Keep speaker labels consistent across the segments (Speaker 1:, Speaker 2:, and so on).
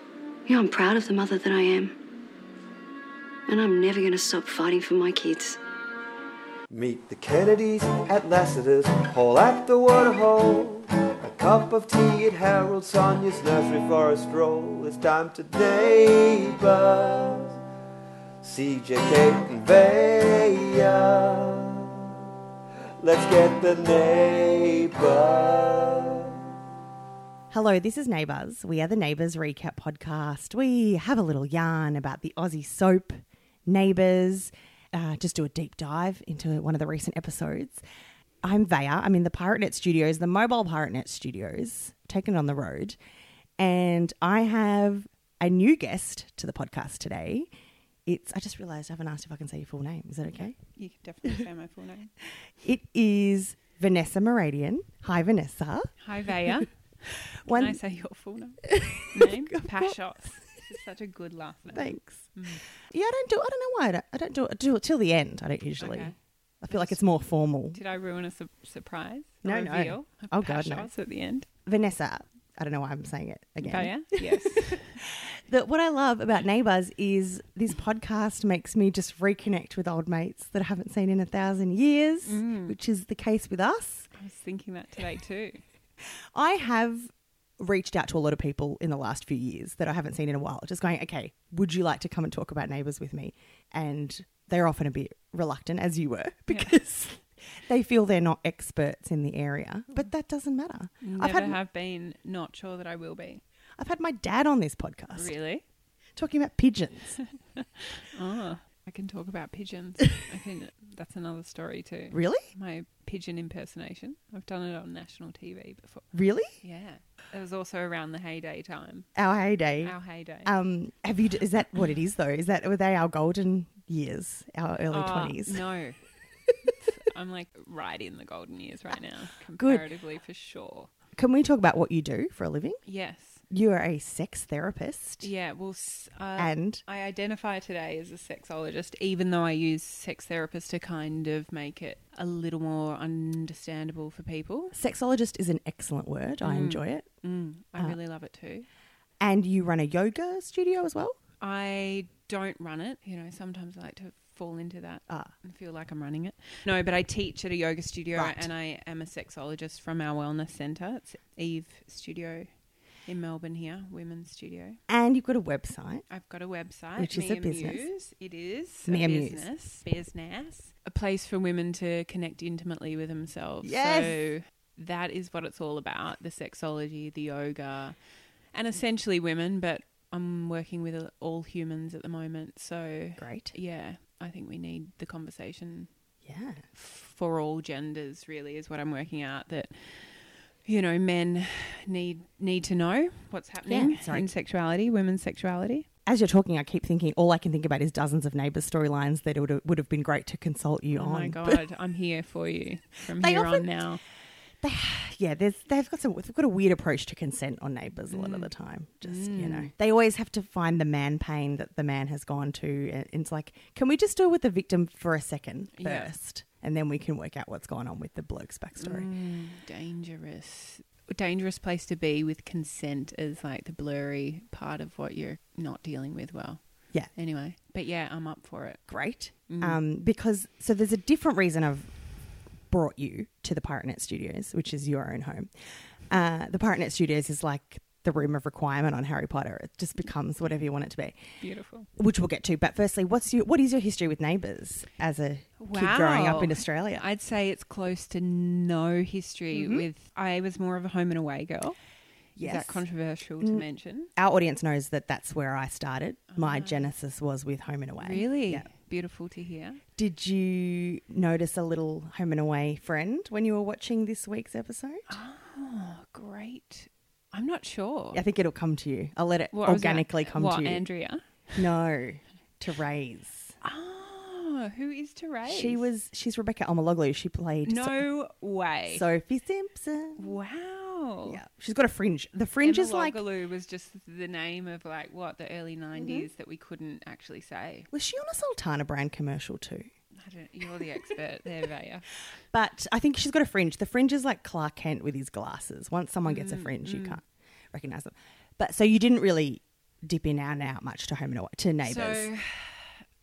Speaker 1: You know, I'm proud of the mother that I am. And I'm never going to stop fighting for my kids.
Speaker 2: Meet the Kennedys at Lassiter's Hall at the Waterhole. A cup of tea at Harold Sonia's nursery for a stroll. It's time to neighbors. CJ, Kate, and Bea. Let's get the neighbors.
Speaker 3: Hello, this is Neighbours. We are the Neighbours Recap Podcast. We have a little yarn about the Aussie soap, Neighbours, uh, just do a deep dive into one of the recent episodes. I'm Vaya. I'm in the PirateNet studios, the mobile PirateNet studios, taken on the road. And I have a new guest to the podcast today. It's, I just realised I haven't asked if I can say your full name. Is that okay?
Speaker 4: You can definitely say my full name.
Speaker 3: It is Vanessa Meradian. Hi, Vanessa.
Speaker 4: Hi, Vaya. Can
Speaker 3: One-
Speaker 4: I say your full name? name? Pashos. It's such a good last name.
Speaker 3: Thanks. Yeah, I don't do. I don't know why. I don't, I don't do it. I do it till the end. I don't usually.
Speaker 4: Okay.
Speaker 3: I feel like it's more formal.
Speaker 4: Did I ruin a su- surprise? A
Speaker 3: No, no.
Speaker 4: reveal? A
Speaker 3: Oh, God, no.
Speaker 4: Pashos at the end.
Speaker 3: Vanessa. I don't know why I'm saying it again.
Speaker 4: Vaya? Yes.
Speaker 3: The- what I love about Neighbours is this podcast makes me just reconnect with old mates that I haven't seen in a thousand years, which is the case with us.
Speaker 4: I was thinking that today too.
Speaker 3: I have reached out to a lot of people in the last few years that I haven't seen in a while, just going, okay, would you like to come and talk about neighbours with me? And they're often a bit reluctant, as you were, because they feel they're not experts in the area. But that doesn't matter. I've
Speaker 4: Mm. Never
Speaker 3: had
Speaker 4: have been, not sure that I will be.
Speaker 3: I've had my dad on this podcast
Speaker 4: Really?
Speaker 3: talking about pigeons.
Speaker 4: Oh, I can talk about pigeons. I can, that's another story too.
Speaker 3: really?
Speaker 4: My pigeon impersonation. I've done it on national TV before.
Speaker 3: Really?
Speaker 4: Yeah. It was also around the heyday time.
Speaker 3: Our heyday.
Speaker 4: Our heyday.
Speaker 3: um, have you? Is that what it is though? Is that were they our golden years, our early
Speaker 4: Oh,
Speaker 3: twenties?
Speaker 4: No. I'm like right in the golden years right now,
Speaker 3: Good.
Speaker 4: comparatively for sure.
Speaker 3: Can we talk about what you do for a living?
Speaker 4: Yes.
Speaker 3: You are a sex therapist.
Speaker 4: Yeah. Well, s- uh,
Speaker 3: And
Speaker 4: I identify today as a sexologist, even though I use sex therapist to kind of make it a little more understandable for people.
Speaker 3: sexologist is an excellent word. I enjoy it.
Speaker 4: Mm, I
Speaker 3: Uh.
Speaker 4: really love it too.
Speaker 3: And you run a yoga studio as well.
Speaker 4: I don't run it. You know, sometimes I like to fall into that
Speaker 3: Ah.
Speaker 4: and feel like I'm running it. No, but I teach at a yoga studio
Speaker 3: Right.
Speaker 4: and I am a sexologist from our wellness centre. It's Eve Studio in Melbourne here, women's studio.
Speaker 3: And you've got a website.
Speaker 4: I've got a website,
Speaker 3: Which is
Speaker 4: Me
Speaker 3: a
Speaker 4: and
Speaker 3: business.
Speaker 4: Muse. It is
Speaker 3: Me
Speaker 4: a
Speaker 3: and Muse.
Speaker 4: business, business, a place for women to connect intimately with themselves.
Speaker 3: Yes.
Speaker 4: So that is what it's all about: the sexology, the yoga, and essentially women. But I'm working with all humans at the moment, so
Speaker 3: Great.
Speaker 4: yeah, I think we need the conversation
Speaker 3: Yeah.
Speaker 4: for all genders. Really, is what I'm working out that. You know, men need need to know what's happening
Speaker 3: sorry.
Speaker 4: in sexuality, women's sexuality.
Speaker 3: As you're talking, I keep thinking. All I can think about is dozens of neighbours' storylines that it would have, would have been great to consult you
Speaker 4: Oh
Speaker 3: on.
Speaker 4: my god, I'm here for you from
Speaker 3: They
Speaker 4: here
Speaker 3: often-
Speaker 4: on now.
Speaker 3: yeah, there's, they've got some. They've got a weird approach to consent on neighbours a lot
Speaker 4: Mm.
Speaker 3: of the time. Just you know, they always have to find the man pain that the man has gone to, and it's like, can we just deal with the victim for a second first,
Speaker 4: Yeah.
Speaker 3: and then we can work out what's going on with the bloke's backstory.
Speaker 4: Hmm, Dangerous, dangerous place to be with consent is like the blurry part of what you're not dealing with well.
Speaker 3: Yeah.
Speaker 4: Anyway, but yeah, I'm up for it.
Speaker 3: Great, um, because so there's a different reason I've brought you to the PirateNet Studios, which is your own home. Uh, the PirateNet Studios is like the room of requirement on Harry Potter. It just becomes whatever you want it to be.
Speaker 4: Beautiful.
Speaker 3: which we'll get to. But firstly, what's your what is your history with neighbours as a kid growing up in Australia? Mm-hmm.
Speaker 4: I'd say it's close to no history with I was more of a home and away girl.
Speaker 3: Yes. Mm.
Speaker 4: Is that controversial to mention?
Speaker 3: Our audience knows that that's where I started. My genesis was with Home and Away.
Speaker 4: Really?
Speaker 3: Yeah.
Speaker 4: Beautiful to hear.
Speaker 3: Did you notice a little Home and Away friend when you were watching this week's episode?
Speaker 4: Oh,
Speaker 3: Ah,
Speaker 4: great. I'm not sure.
Speaker 3: I think it'll come to you. I'll let it
Speaker 4: What was that?
Speaker 3: organically come
Speaker 4: What,
Speaker 3: to you.
Speaker 4: Andrea?
Speaker 3: no, Therese. Ah,
Speaker 4: Oh, who is Therese?
Speaker 3: She was. She's Rebecca Almaloglu. She played So-
Speaker 4: No way.
Speaker 3: Sophie Simpson.
Speaker 4: wow.
Speaker 3: Yeah, she's got a fringe. The fringe is like. Mm-hmm.
Speaker 4: Emma Logaloo was just the name of like what the early 90s that we couldn't actually say.
Speaker 3: Was she on a Sultana brand commercial too?
Speaker 4: I don't, you're the expert there, Vaya.
Speaker 3: But I think she's got a fringe. The fringe is like Clark
Speaker 4: Mm,
Speaker 3: Kent with his glasses. Once someone gets a fringe, you can't recognize them. But so you didn't really dip in and out much to home and Away- to neighbours.
Speaker 4: So,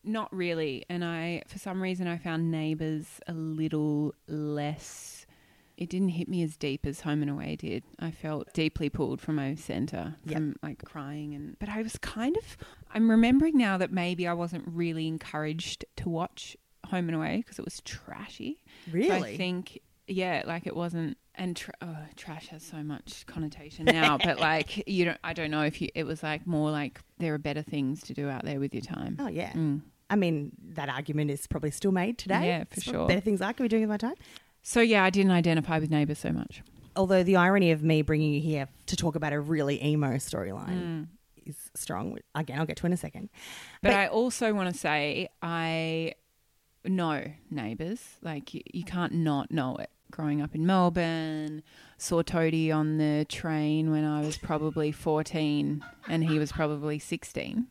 Speaker 4: not really. And I, for some reason, I found Neighbours a little less. It didn't hit me as deep as Home and Away did. I felt deeply pulled from home centre,
Speaker 3: Yep.
Speaker 4: from like crying and. But I was kind of. I'm remembering now that maybe I wasn't really encouraged to watch Home and Away because it was trashy. So I
Speaker 3: Really?
Speaker 4: think yeah, like it wasn't. And tr- oh, trash has so much connotation now, but like you don't. I don't know if you. It was like more like there are better things to do out there with your time.
Speaker 3: oh yeah.
Speaker 4: Mm.
Speaker 3: I mean, that argument is probably still made today.
Speaker 4: Yeah, for
Speaker 3: It's
Speaker 4: sure.
Speaker 3: Better things I could be doing with my time.
Speaker 4: So yeah, I didn't identify with neighbours so much.
Speaker 3: Although the irony of me bringing you here to talk about a really emo
Speaker 4: Mm.
Speaker 3: storyline is strong. Again, I'll get to in a second.
Speaker 4: But, I also want to say I know neighbours. Like you, you can't not know it. Growing up in Melbourne, saw Toadie on the train when I was probably 14 and he was probably 16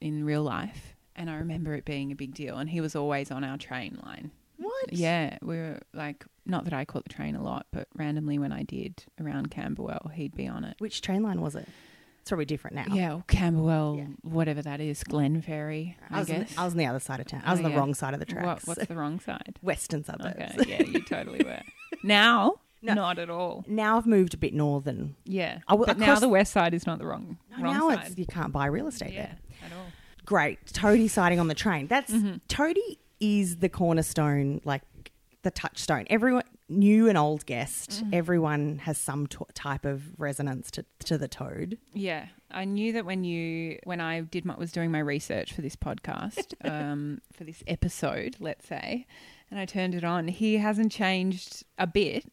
Speaker 4: in real life. And I remember it being a big deal. And he was always on our train line.
Speaker 3: What?
Speaker 4: Yeah, we were like, not that I caught the train a lot, but randomly when I did around Camberwell, he'd be on it.
Speaker 3: Which train line was it? It's probably different now.
Speaker 4: Yeah, or Camberwell,
Speaker 3: Yeah.
Speaker 4: whatever that is, Glen Ferry, I,
Speaker 3: I was, on the,
Speaker 4: guess.
Speaker 3: I was on the other side of town. I was on
Speaker 4: Oh,
Speaker 3: the
Speaker 4: yeah.
Speaker 3: wrong side of the
Speaker 4: What-
Speaker 3: tracks.
Speaker 4: what's the wrong side?
Speaker 3: Western suburbs.
Speaker 4: Okay, yeah, you totally were. Now, not at all.
Speaker 3: Now I've moved a bit northern.
Speaker 4: Yeah,
Speaker 3: I will-
Speaker 4: but now
Speaker 3: across-
Speaker 4: the west side is not the wrong
Speaker 3: No,
Speaker 4: wrong
Speaker 3: now
Speaker 4: side.
Speaker 3: it's you can't buy real estate
Speaker 4: yeah, Mm-hmm.
Speaker 3: there.
Speaker 4: at all.
Speaker 3: Great. Toadie siding on the train. That's Toadie is the cornerstone, like the touchstone. Everyone new and old guest,
Speaker 4: Mm-hmm.
Speaker 3: everyone has some t- type of resonance to, to the toad.
Speaker 4: Yeah, I knew that when you when I did my, was doing my research for this podcast, um, for this episode, let's say, and I turned it on. He hasn't changed a bit.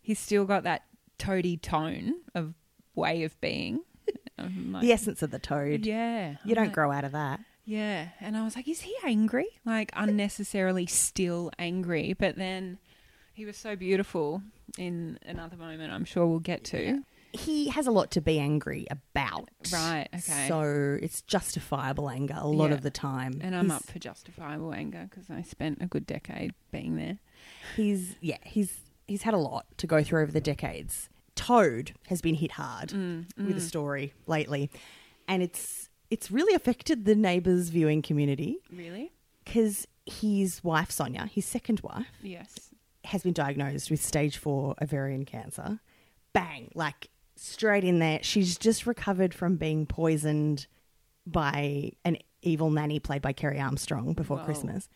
Speaker 4: He's still got that toady tone of way of being. I'm like,
Speaker 3: The essence of the toad.
Speaker 4: yeah,
Speaker 3: You
Speaker 4: I'm
Speaker 3: don't
Speaker 4: like,
Speaker 3: grow out of that.
Speaker 4: Yeah. And I was like, is he angry? Like, unnecessarily still angry. But then he was so beautiful in another moment, I'm sure we'll get to.
Speaker 3: He has a lot to be angry about.
Speaker 4: Right, okay.
Speaker 3: So it's justifiable anger a lot
Speaker 4: Yeah.
Speaker 3: of the time.
Speaker 4: And I'm
Speaker 3: He's-
Speaker 4: up for justifiable anger because I spent a good decade being there.
Speaker 3: he's yeah he's he's had a lot to go through over the decades toad has been hit hard
Speaker 4: Mm,
Speaker 3: with a story lately and it's it's really affected the neighbors viewing community
Speaker 4: Really?
Speaker 3: because his wife sonia his second wife
Speaker 4: Yes.
Speaker 3: has been diagnosed with stage four ovarian cancer bang like straight in there she's just recovered from being poisoned by an evil nanny played by kerry armstrong before
Speaker 4: Whoa.
Speaker 3: christmas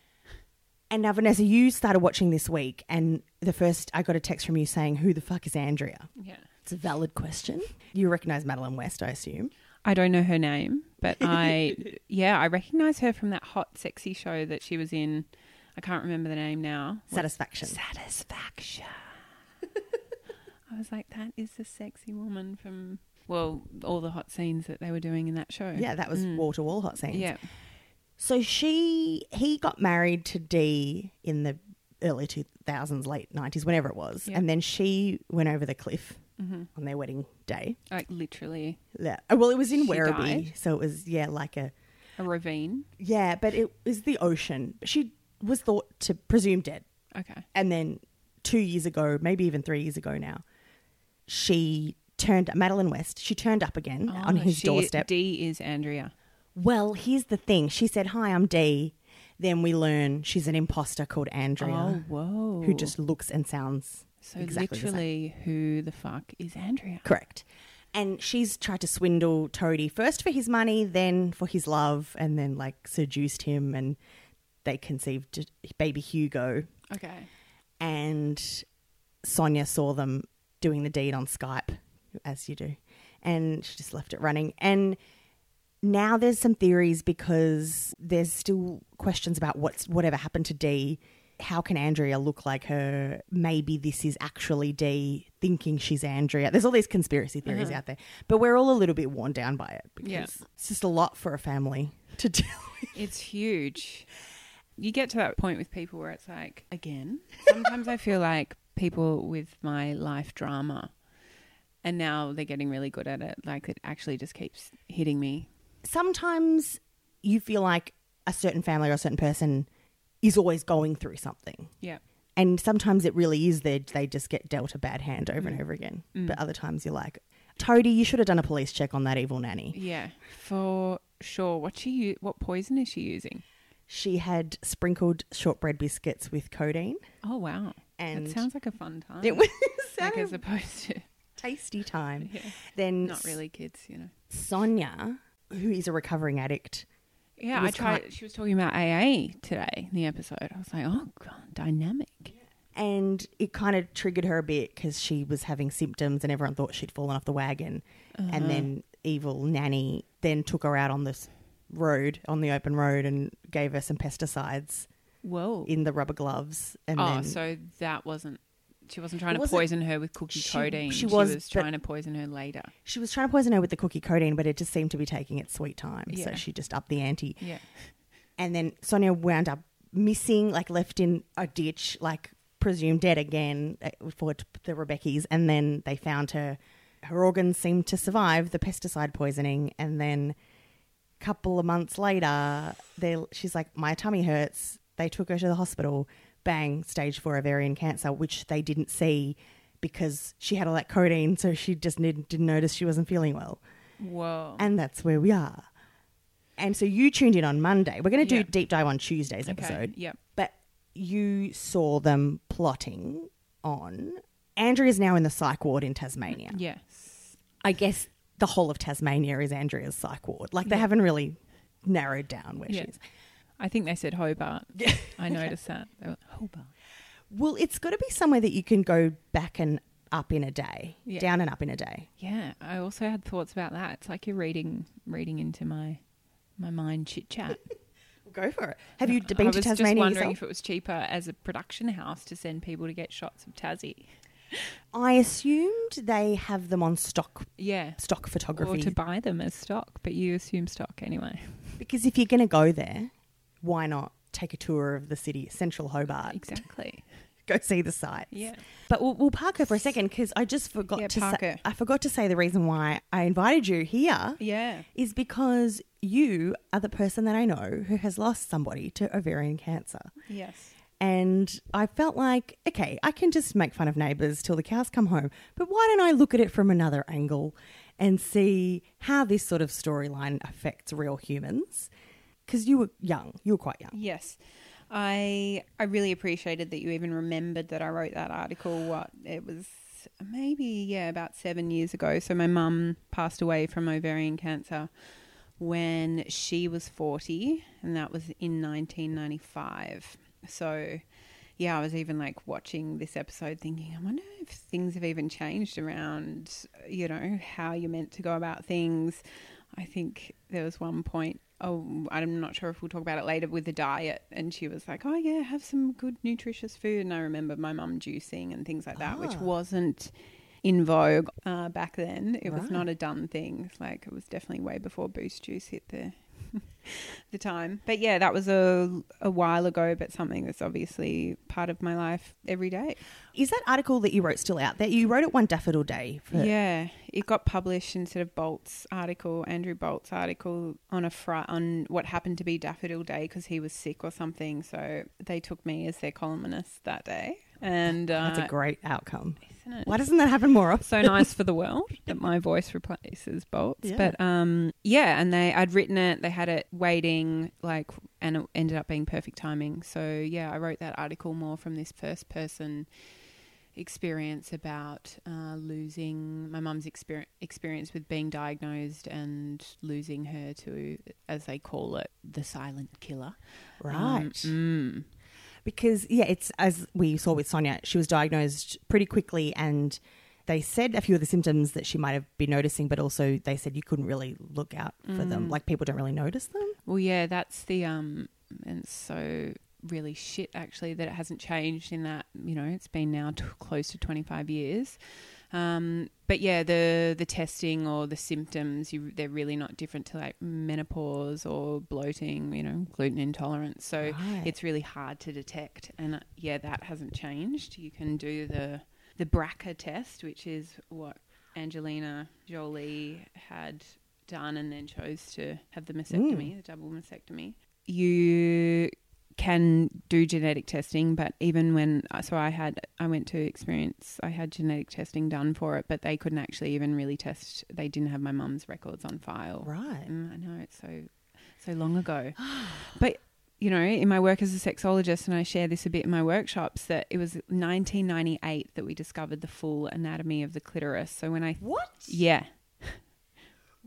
Speaker 3: and now, Vanessa, you started watching this week, and the first I got a text from you saying, Who the fuck is Andrea?
Speaker 4: Yeah.
Speaker 3: It's a valid question. You recognize Madeline West, I assume.
Speaker 4: I don't know her name, but I, yeah, I recognize her from that hot, sexy show that she was in. I can't remember the name now.
Speaker 3: Satisfaction.
Speaker 4: Satisfaction. I was like, that is the sexy woman from well, all the hot scenes that they were doing in that show.
Speaker 3: Yeah, that was wall to wall hot scenes.
Speaker 4: yeah,
Speaker 3: So she, he got married to Dee in the early 2000s, late 90s, whenever it was.
Speaker 4: Yeah. Mm-hmm.
Speaker 3: And then she went over the cliff on their wedding day.
Speaker 4: like literally
Speaker 3: Yeah. Oh, Well, it was in
Speaker 4: She
Speaker 3: Werribee.
Speaker 4: died?
Speaker 3: So it was, yeah, like a
Speaker 4: a ravine.
Speaker 3: Yeah, but it was the ocean. She was thought to presume dead.
Speaker 4: Okay,
Speaker 3: And then two years ago, maybe even three years ago now, she turned Madeline West, she turned up again on
Speaker 4: Oh,
Speaker 3: his
Speaker 4: she-
Speaker 3: doorstep.
Speaker 4: D is Andrea.
Speaker 3: well, here's the thing. She said, Hi, I'm Dee. Then we learn she's an imposter called Andrea
Speaker 4: Oh, whoa!
Speaker 3: who just looks and sounds
Speaker 4: so
Speaker 3: exactly the same.
Speaker 4: literally, who the fuck is Andrea?
Speaker 3: Correct. And she's tried to swindle Toadie first for his money, then for his love, and then like seduced him, and they conceived baby Hugo.
Speaker 4: Okay,
Speaker 3: And Sonia saw them doing the deed on Skype, as you do, and she just left it running. And now there's some theories because there's still questions about what's whatever happened to Dee. How can Andrea look like her? Maybe this is actually Dee thinking she's Andrea. There's all these conspiracy theories out there, but we're all a little bit worn down by it because
Speaker 4: Yeah.
Speaker 3: it's just a lot for a family to deal with.
Speaker 4: it's huge. You get to that point with people where it's like, again. Sometimes I feel like people with my life drama, and now they're getting really good at it. Like it actually just keeps hitting me
Speaker 3: Sometimes you feel like a certain family or a certain person is always going through something.
Speaker 4: Yeah. Mm.
Speaker 3: And sometimes it really is they they just get dealt a bad hand over and over again. But other times you're like, Toadie, you should have done a police check on that evil nanny.
Speaker 4: Yeah, for sure. What she u- what poison is she using?
Speaker 3: She had sprinkled shortbread biscuits with codeine.
Speaker 4: Oh wow,
Speaker 3: And-
Speaker 4: that sounds like a fun time.
Speaker 3: It was
Speaker 4: like
Speaker 3: a
Speaker 4: as opposed to
Speaker 3: tasty time. Then
Speaker 4: not really kids, you know.
Speaker 3: Sonia, who is a recovering addict,
Speaker 4: Yeah, I
Speaker 3: was
Speaker 4: tried. She was talking about AA today in the episode. I was like, oh god, dynamic.
Speaker 3: and it kind of triggered her a bit because she was having symptoms and everyone thought she'd fallen off the wagon
Speaker 4: Uh-huh.
Speaker 3: and then evil nanny then took her out on this road on the open road and gave her some pesticides
Speaker 4: Whoa.
Speaker 3: in the rubber gloves and
Speaker 4: oh,
Speaker 3: then
Speaker 4: so that wasn't. She wasn't trying
Speaker 3: It
Speaker 4: to
Speaker 3: wasn't-
Speaker 4: poison her with cookie
Speaker 3: she-
Speaker 4: codeine.
Speaker 3: she
Speaker 4: She
Speaker 3: was,
Speaker 4: was,
Speaker 3: but-
Speaker 4: trying to poison her later.
Speaker 3: she was trying to poison her with the cookie codeine but it just seemed to be taking its sweet time so
Speaker 4: Yeah.
Speaker 3: she just upped the ante
Speaker 4: Yeah.
Speaker 3: and then Sonia wound up missing, like left in a ditch, like presumed dead again uh, for t- the Rebeccas, and then they found her. Her organs seemed to survive the pesticide poisoning, and then a couple of months later, they she's like, "My tummy hurts." They took her to the hospital. Bang, stage four ovarian cancer, which they didn't see because she had all that codeine, so she just didn't, didn't notice she wasn't feeling well.
Speaker 4: Whoa.
Speaker 3: And that's where we are. And so you tuned in on Monday. We're going to do
Speaker 4: Yeah.
Speaker 3: deep dive on Tuesday's episode.
Speaker 4: Yep.
Speaker 3: But you saw them plotting on. Andrea's now in the psych ward in Tasmania.
Speaker 4: Yes.
Speaker 3: I guess the whole of Tasmania is Andrea's psych ward. Like they haven't really narrowed down where
Speaker 4: Yeah.
Speaker 3: she is.
Speaker 4: I think they said Hobart. I noticed that. They were, Hobart.
Speaker 3: Well, it's got to be somewhere that you can go back and up in a day,
Speaker 4: Yeah.
Speaker 3: down and up in a day.
Speaker 4: Yeah, I also had thoughts about that. It's like you're reading reading into my my mind chit chat.
Speaker 3: Go for it. Have you d-
Speaker 4: I
Speaker 3: been
Speaker 4: was
Speaker 3: to
Speaker 4: just
Speaker 3: Tasmania
Speaker 4: wondering
Speaker 3: yourself?
Speaker 4: if it was cheaper as a production house to send people to get shots of Tassie.
Speaker 3: I assumed they have them on stock
Speaker 4: Yeah.
Speaker 3: stock
Speaker 4: Or
Speaker 3: photography
Speaker 4: to buy them as stock, but you assume stock anyway.
Speaker 3: Because if you're going to go there, why not take a tour of the city, central Hobart,
Speaker 4: Exactly.
Speaker 3: go see the sites?
Speaker 4: Yeah.
Speaker 3: But we'll, we'll park her for a second because I just forgot
Speaker 4: Yeah,
Speaker 3: to
Speaker 4: park
Speaker 3: say,
Speaker 4: her.
Speaker 3: I forgot to say the reason why I invited you here is
Speaker 4: Yeah.
Speaker 3: because you are the person that I know who has lost somebody to ovarian cancer.
Speaker 4: Yes.
Speaker 3: And I felt like, okay, I can just make fun of neighbours till the cows come home, but why don't I look at it from another angle and see how this sort of storyline affects real humans? Because you were young, you were quite young.
Speaker 4: Yes. I I really appreciated that you even remembered that I wrote that article what it was maybe yeah about 7 years ago. So my mum passed away from ovarian cancer when she was 40 and that was in 1995. So yeah, I was even like watching this episode thinking, I wonder if things have even changed around, you know, how you're meant to go about things. I think there was one point, oh, I'm not sure if we'll talk about it later with the diet. And she was like, oh, yeah, have some good, nutritious food. And I remember my mum juicing and things like that, which wasn't in vogue uh, back then. It was not a done thing. It's Like it was definitely way before Boost Juice hit the the time. But yeah, that was a a while ago, but something that's obviously part of my life every day.
Speaker 3: Is that article that you wrote still out there? You wrote it one daffodil day. For,
Speaker 4: Yeah, it got published instead of Bolt's article, Andrew Bolt's article on a fri- on what happened to be Daffodil Day because he was sick or something. So they took me as their columnist that day, and uh,
Speaker 3: That's a great outcome.
Speaker 4: isn't it?
Speaker 3: Why doesn't that happen more often?
Speaker 4: so nice for the world that my voice replaces Bolt's.
Speaker 3: Yeah.
Speaker 4: But um, yeah, and they I'd written it, they had it waiting, like, and it ended up being perfect timing. So yeah, I wrote that article more from this first person experience about uh, losing my mum's exper- experience with being diagnosed and losing her to, as they call it, the silent killer. Um,
Speaker 3: Right. Because, yeah, it's as we saw with Sonia, she was diagnosed pretty quickly and they said a few of the symptoms that she might have been noticing, but also they said you couldn't really look out for them.
Speaker 4: Mm.
Speaker 3: Like people don't really notice them.
Speaker 4: Well, yeah, that's the um, and it's so really shit actually that it hasn't changed in that you know it's been now t- close to twenty five years. Um, but yeah, the the testing or the symptoms, you, they're really not different to like menopause or bloating, you know, gluten intolerance. So
Speaker 3: Right.
Speaker 4: it's really hard to detect, and uh, yeah, that hasn't changed. You can do the the BRCA test, which is what Angelina Jolie had
Speaker 3: Mm.
Speaker 4: done and then chose to have the mastectomy, the double mastectomy. You can do genetic testing, but even when uh, so I had I went to experience I had genetic testing done for it, but they couldn't actually even really test. They didn't have my mum's records on file.
Speaker 3: Right.
Speaker 4: Mm, I know it's so so long ago, but you know, in my work as a sexologist, and I share this a bit in my workshops, that it was 1998 that we discovered the full anatomy of the clitoris. So when I
Speaker 3: What?
Speaker 4: yeah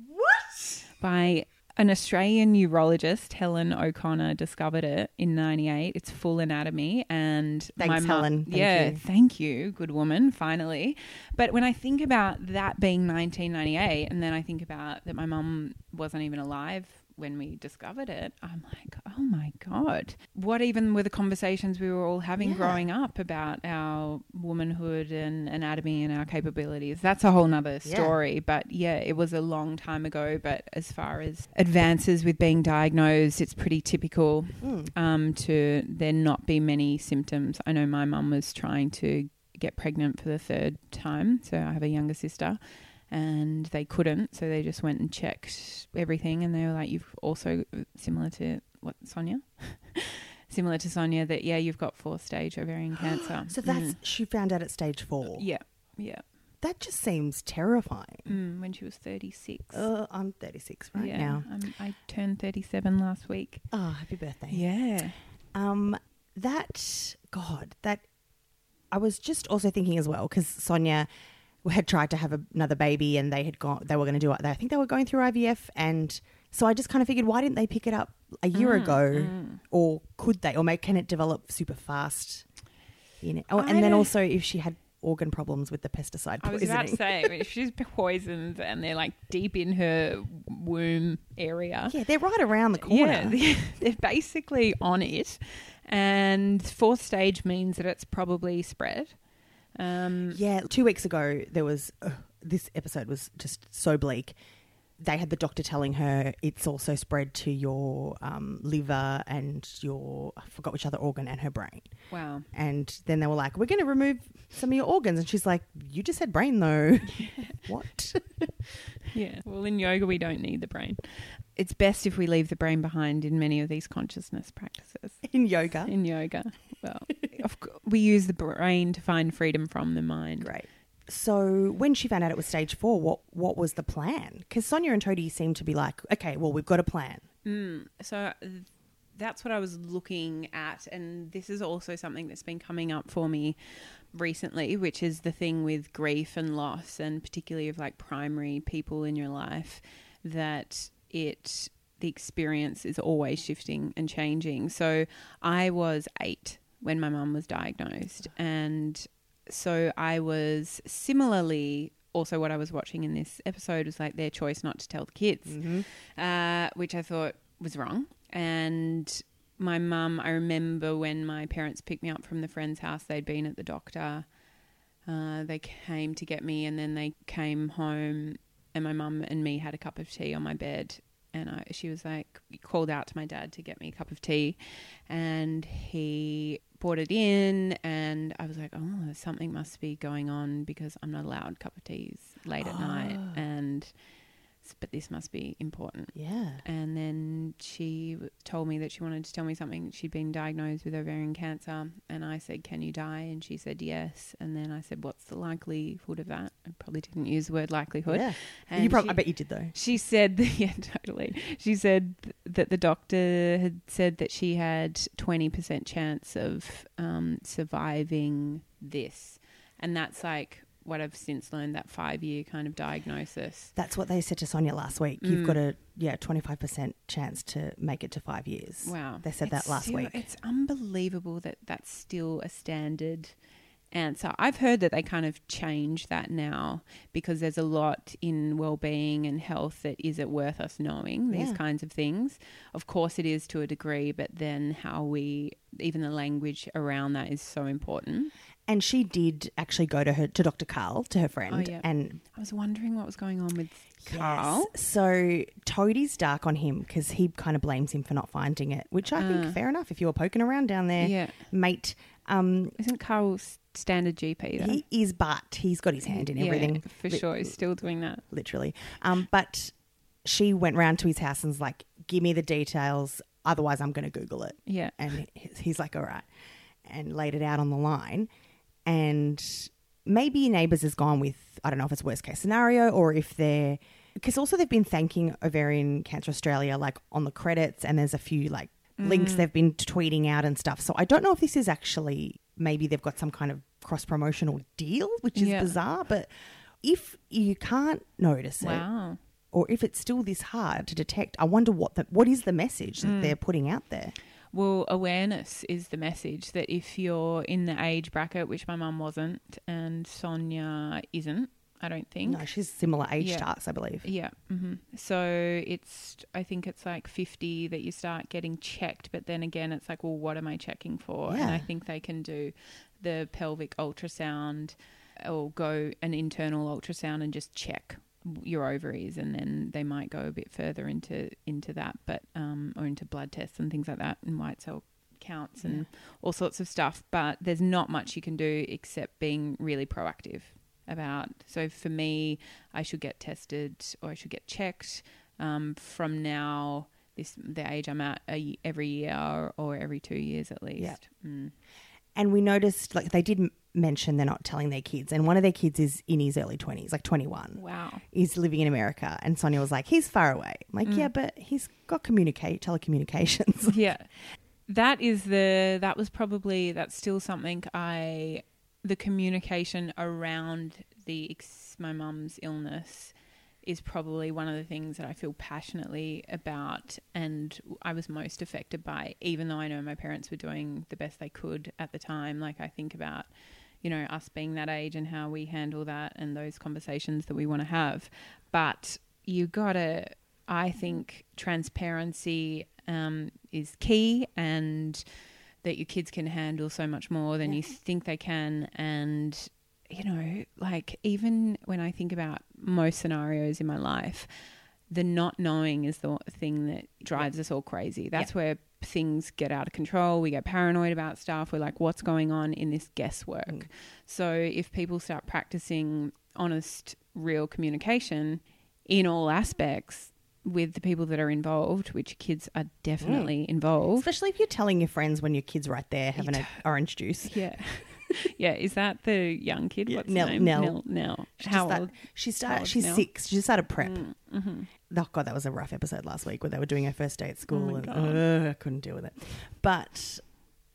Speaker 3: What?
Speaker 4: by an Australian urologist, Helen O'Connor, discovered it in '98. It's full anatomy, and
Speaker 3: Thanks,
Speaker 4: mu-
Speaker 3: Helen. Thank
Speaker 4: yeah,
Speaker 3: you.
Speaker 4: thank you, good woman. Finally, but when I think about that being 1998, and then I think about that my mum wasn't even alive when we discovered it, I'm like, oh my god, what even were the conversations we were all having
Speaker 3: Yeah.
Speaker 4: growing up about our womanhood and anatomy and our capabilities? That's a whole nother
Speaker 3: Yeah.
Speaker 4: story story, but yeah, it was a long time ago. But as far as advances with being diagnosed, it's pretty typical
Speaker 3: Hmm.
Speaker 4: um, to there not be many symptoms. I know my mum was trying to get pregnant for the third time, so I have a younger sister. And they couldn't, so they just went and checked everything, and they were like, "You've also similar to what Sonia, similar to Sonia, that yeah, you've got four stage ovarian cancer."
Speaker 3: So that's
Speaker 4: Mm.
Speaker 3: she found out at stage four.
Speaker 4: yeah, yeah.
Speaker 3: That just seems terrifying.
Speaker 4: Mm, when she was thirty six.
Speaker 3: Uh, I'm 36 right
Speaker 4: yeah,
Speaker 3: now.
Speaker 4: Um, I turned 37 last week.
Speaker 3: Oh, happy birthday.
Speaker 4: Yeah.
Speaker 3: Um, that God, that I was just also thinking as well because Sonia had tried to have another baby and they had gone. They were going to do it. I think they were going through IVF, and so I just kind of figured, why didn't they pick it up a year
Speaker 4: Mm,
Speaker 3: ago, or could they, or make can it develop super fast? You know, oh,
Speaker 4: I
Speaker 3: and then
Speaker 4: don't-
Speaker 3: also if she had organ problems with the pesticide
Speaker 4: I was about
Speaker 3: poisoning.
Speaker 4: to say, if she's poisoned and they're like deep in her womb area.
Speaker 3: Yeah, they're right around the corner.
Speaker 4: Yeah, they're basically on it. And fourth stage means that it's probably spread. Um,
Speaker 3: Yeah, two weeks ago there was ugh, this episode was just so bleak. They had the doctor telling her it's also spread to your um, liver and your I forgot which other organ and her brain.
Speaker 4: wow.
Speaker 3: And then they were like, "We're going to remove some of your organs," and she's like, "You just said brain though. what?
Speaker 4: Yeah. Well, in yoga, we don't need the brain. It's best if we leave the brain behind in many of these consciousness practices.
Speaker 3: In yoga?
Speaker 4: In yoga, well, of, cou- we use the brain to find freedom from the mind.
Speaker 3: Great." So when she found out it was stage four, what what was the plan? Because Sonia and Toadie seemed to be like, "Okay, well we've got a plan."
Speaker 4: Mm, so th- that's what I was looking at. And this is also something that's been coming up for me recently, which is the thing with grief and loss, and particularly of like primary people in your life, that it, the experience is always shifting and changing. So I was eight when my mum was diagnosed. And so I was similarly also what I was watching in this episode was like their choice not to tell the kids, uh, which I thought was wrong. And my mum, I remember when my parents picked me up from the friend's house, they'd been at the doctor. Uh, they came to get me, and then they came home, and my mum and me had a cup of tea on my bed. And I, she was like, called out to my dad to get me a cup of tea, and he brought it in, and I was like, oh, something must be going on because I'm not allowed cup of teas late at night,
Speaker 3: Ah.
Speaker 4: and but this must be important
Speaker 3: Yeah.
Speaker 4: and then she w- told me that she wanted to tell me something. She'd been diagnosed with ovarian cancer, and I said, "Can you die?" And she said, "Yes." And then I said, "What's the likelihood of that?" I probably didn't use the word likelihood.
Speaker 3: Yeah.
Speaker 4: And
Speaker 3: you probably,
Speaker 4: she-
Speaker 3: I bet you did though.
Speaker 4: she said, yeah, totally. She said th- that the doctor had said that she had 20% chance of um, surviving this. And that's like what I've since learned that five year kind of diagnosis.
Speaker 3: That's what they said to Sonia last week.
Speaker 4: Mm.
Speaker 3: You've got a yeah twenty five percent chance to make it to five years.
Speaker 4: Wow.
Speaker 3: they said
Speaker 4: It's
Speaker 3: that last
Speaker 4: still-
Speaker 3: week.
Speaker 4: It's unbelievable that that's still a standard answer. I've heard that they kind of change that now because there's a lot in well-being and health that is it worth us knowing these
Speaker 3: Yeah.
Speaker 4: kinds of things. Of course it is to a degree, but then how we even the language around that is so important.
Speaker 3: and she did actually go to her to Dr. Carl to her friend
Speaker 4: Oh, yeah.
Speaker 3: and.
Speaker 4: I was wondering what was going on with
Speaker 3: yes.
Speaker 4: Carl.
Speaker 3: So Toadie's dark on him because he kind of blames him for not finding it, which I think fair enough. If you were poking around down there,
Speaker 4: Ah. Yeah.
Speaker 3: mate, um,
Speaker 4: Isn't Carl s- standard GP though?
Speaker 3: he is, but he's got his hand in everything
Speaker 4: Yeah, for
Speaker 3: Li-
Speaker 4: sure. He's still doing that.
Speaker 3: literally. Um, but she went round to his house and was like, "Give me the details. Otherwise, I'm going to Google it.
Speaker 4: Yeah.
Speaker 3: And he- he's like, all right. And laid it out on the line. And maybe Neighbours has gone with, I don't know if it's worst case scenario or if they're, because also they've been thanking Ovarian Cancer Australia like on the credits and there's a few like
Speaker 4: Mm.
Speaker 3: links they've been tweeting out and stuff. So I don't know if this is actually, maybe they've got some kind of cross promotional deal, which is
Speaker 4: Yeah.
Speaker 3: bizarre. But if you can't notice it,
Speaker 4: Wow.
Speaker 3: or if it's still this hard to detect, I wonder what the, what is the message that
Speaker 4: Mm.
Speaker 3: they're putting out there.
Speaker 4: Well, awareness is the message that if you're in the age bracket, which my mum wasn't, and Sonia isn't, I don't think.
Speaker 3: No, she's similar age
Speaker 4: Yeah.
Speaker 3: to us, I believe.
Speaker 4: Yeah. hmm So it's, I think it's like 50 that you start getting checked, but then again, it's like, well, what am I checking for? And
Speaker 3: Yeah.
Speaker 4: I think they can do the pelvic ultrasound or go an internal ultrasound and just check your ovaries and then they might go a bit further into into that but um or into blood tests and things like that and white cell counts and all sorts of stuff but there's not much you can do except being really proactive about so for me i should get tested or i should get checked um, from now this the age i'm at a y every year or every two years at least mm.
Speaker 3: And we noticed, like, they did m- mention they're not telling their kids, and one of their kids is in his early twenties, like twenty one.
Speaker 4: wow
Speaker 3: He's living in America, and Sonia was like, "He's far away." I'm like, yeah, but he's got communicate telecommunications.
Speaker 4: Mm. yeah that is the that was probably that's still something i the communication around the ex, my mum's illness is probably one of the things that i feel passionately about and i was most affected by even though i know my parents were doing the best they could at the time like i think about you know us being that age and how we handle that and those conversations that we want to have but you gotta i think transparency um, is key and that your kids can handle so much more than you think they can and you know like even when i think about most scenarios in my life the not knowing is the thing that drives us all crazy that's where things get out of control we get paranoid about stuff we're like what's going on in this guesswork so if people start practicing honest real communication in all aspects with the people that are involved which kids are
Speaker 3: Mm.
Speaker 4: definitely involved
Speaker 3: Especially if you're telling your friends when your kid's right there having an orange juice.
Speaker 4: yeah. yeah. Is that the young kid? What's
Speaker 3: Nell-
Speaker 4: her name?
Speaker 3: Nell.
Speaker 4: Nell. Nell.
Speaker 3: She's
Speaker 4: How
Speaker 3: that-
Speaker 4: old? Mm-hmm.
Speaker 3: She
Speaker 4: how
Speaker 3: started.
Speaker 4: old
Speaker 3: She's
Speaker 4: now? Mm.
Speaker 3: six. She started prep. Oh god, that was a rough episode last week where they were doing her first day at
Speaker 4: Oh
Speaker 3: school, and ugh, I couldn't deal with it. But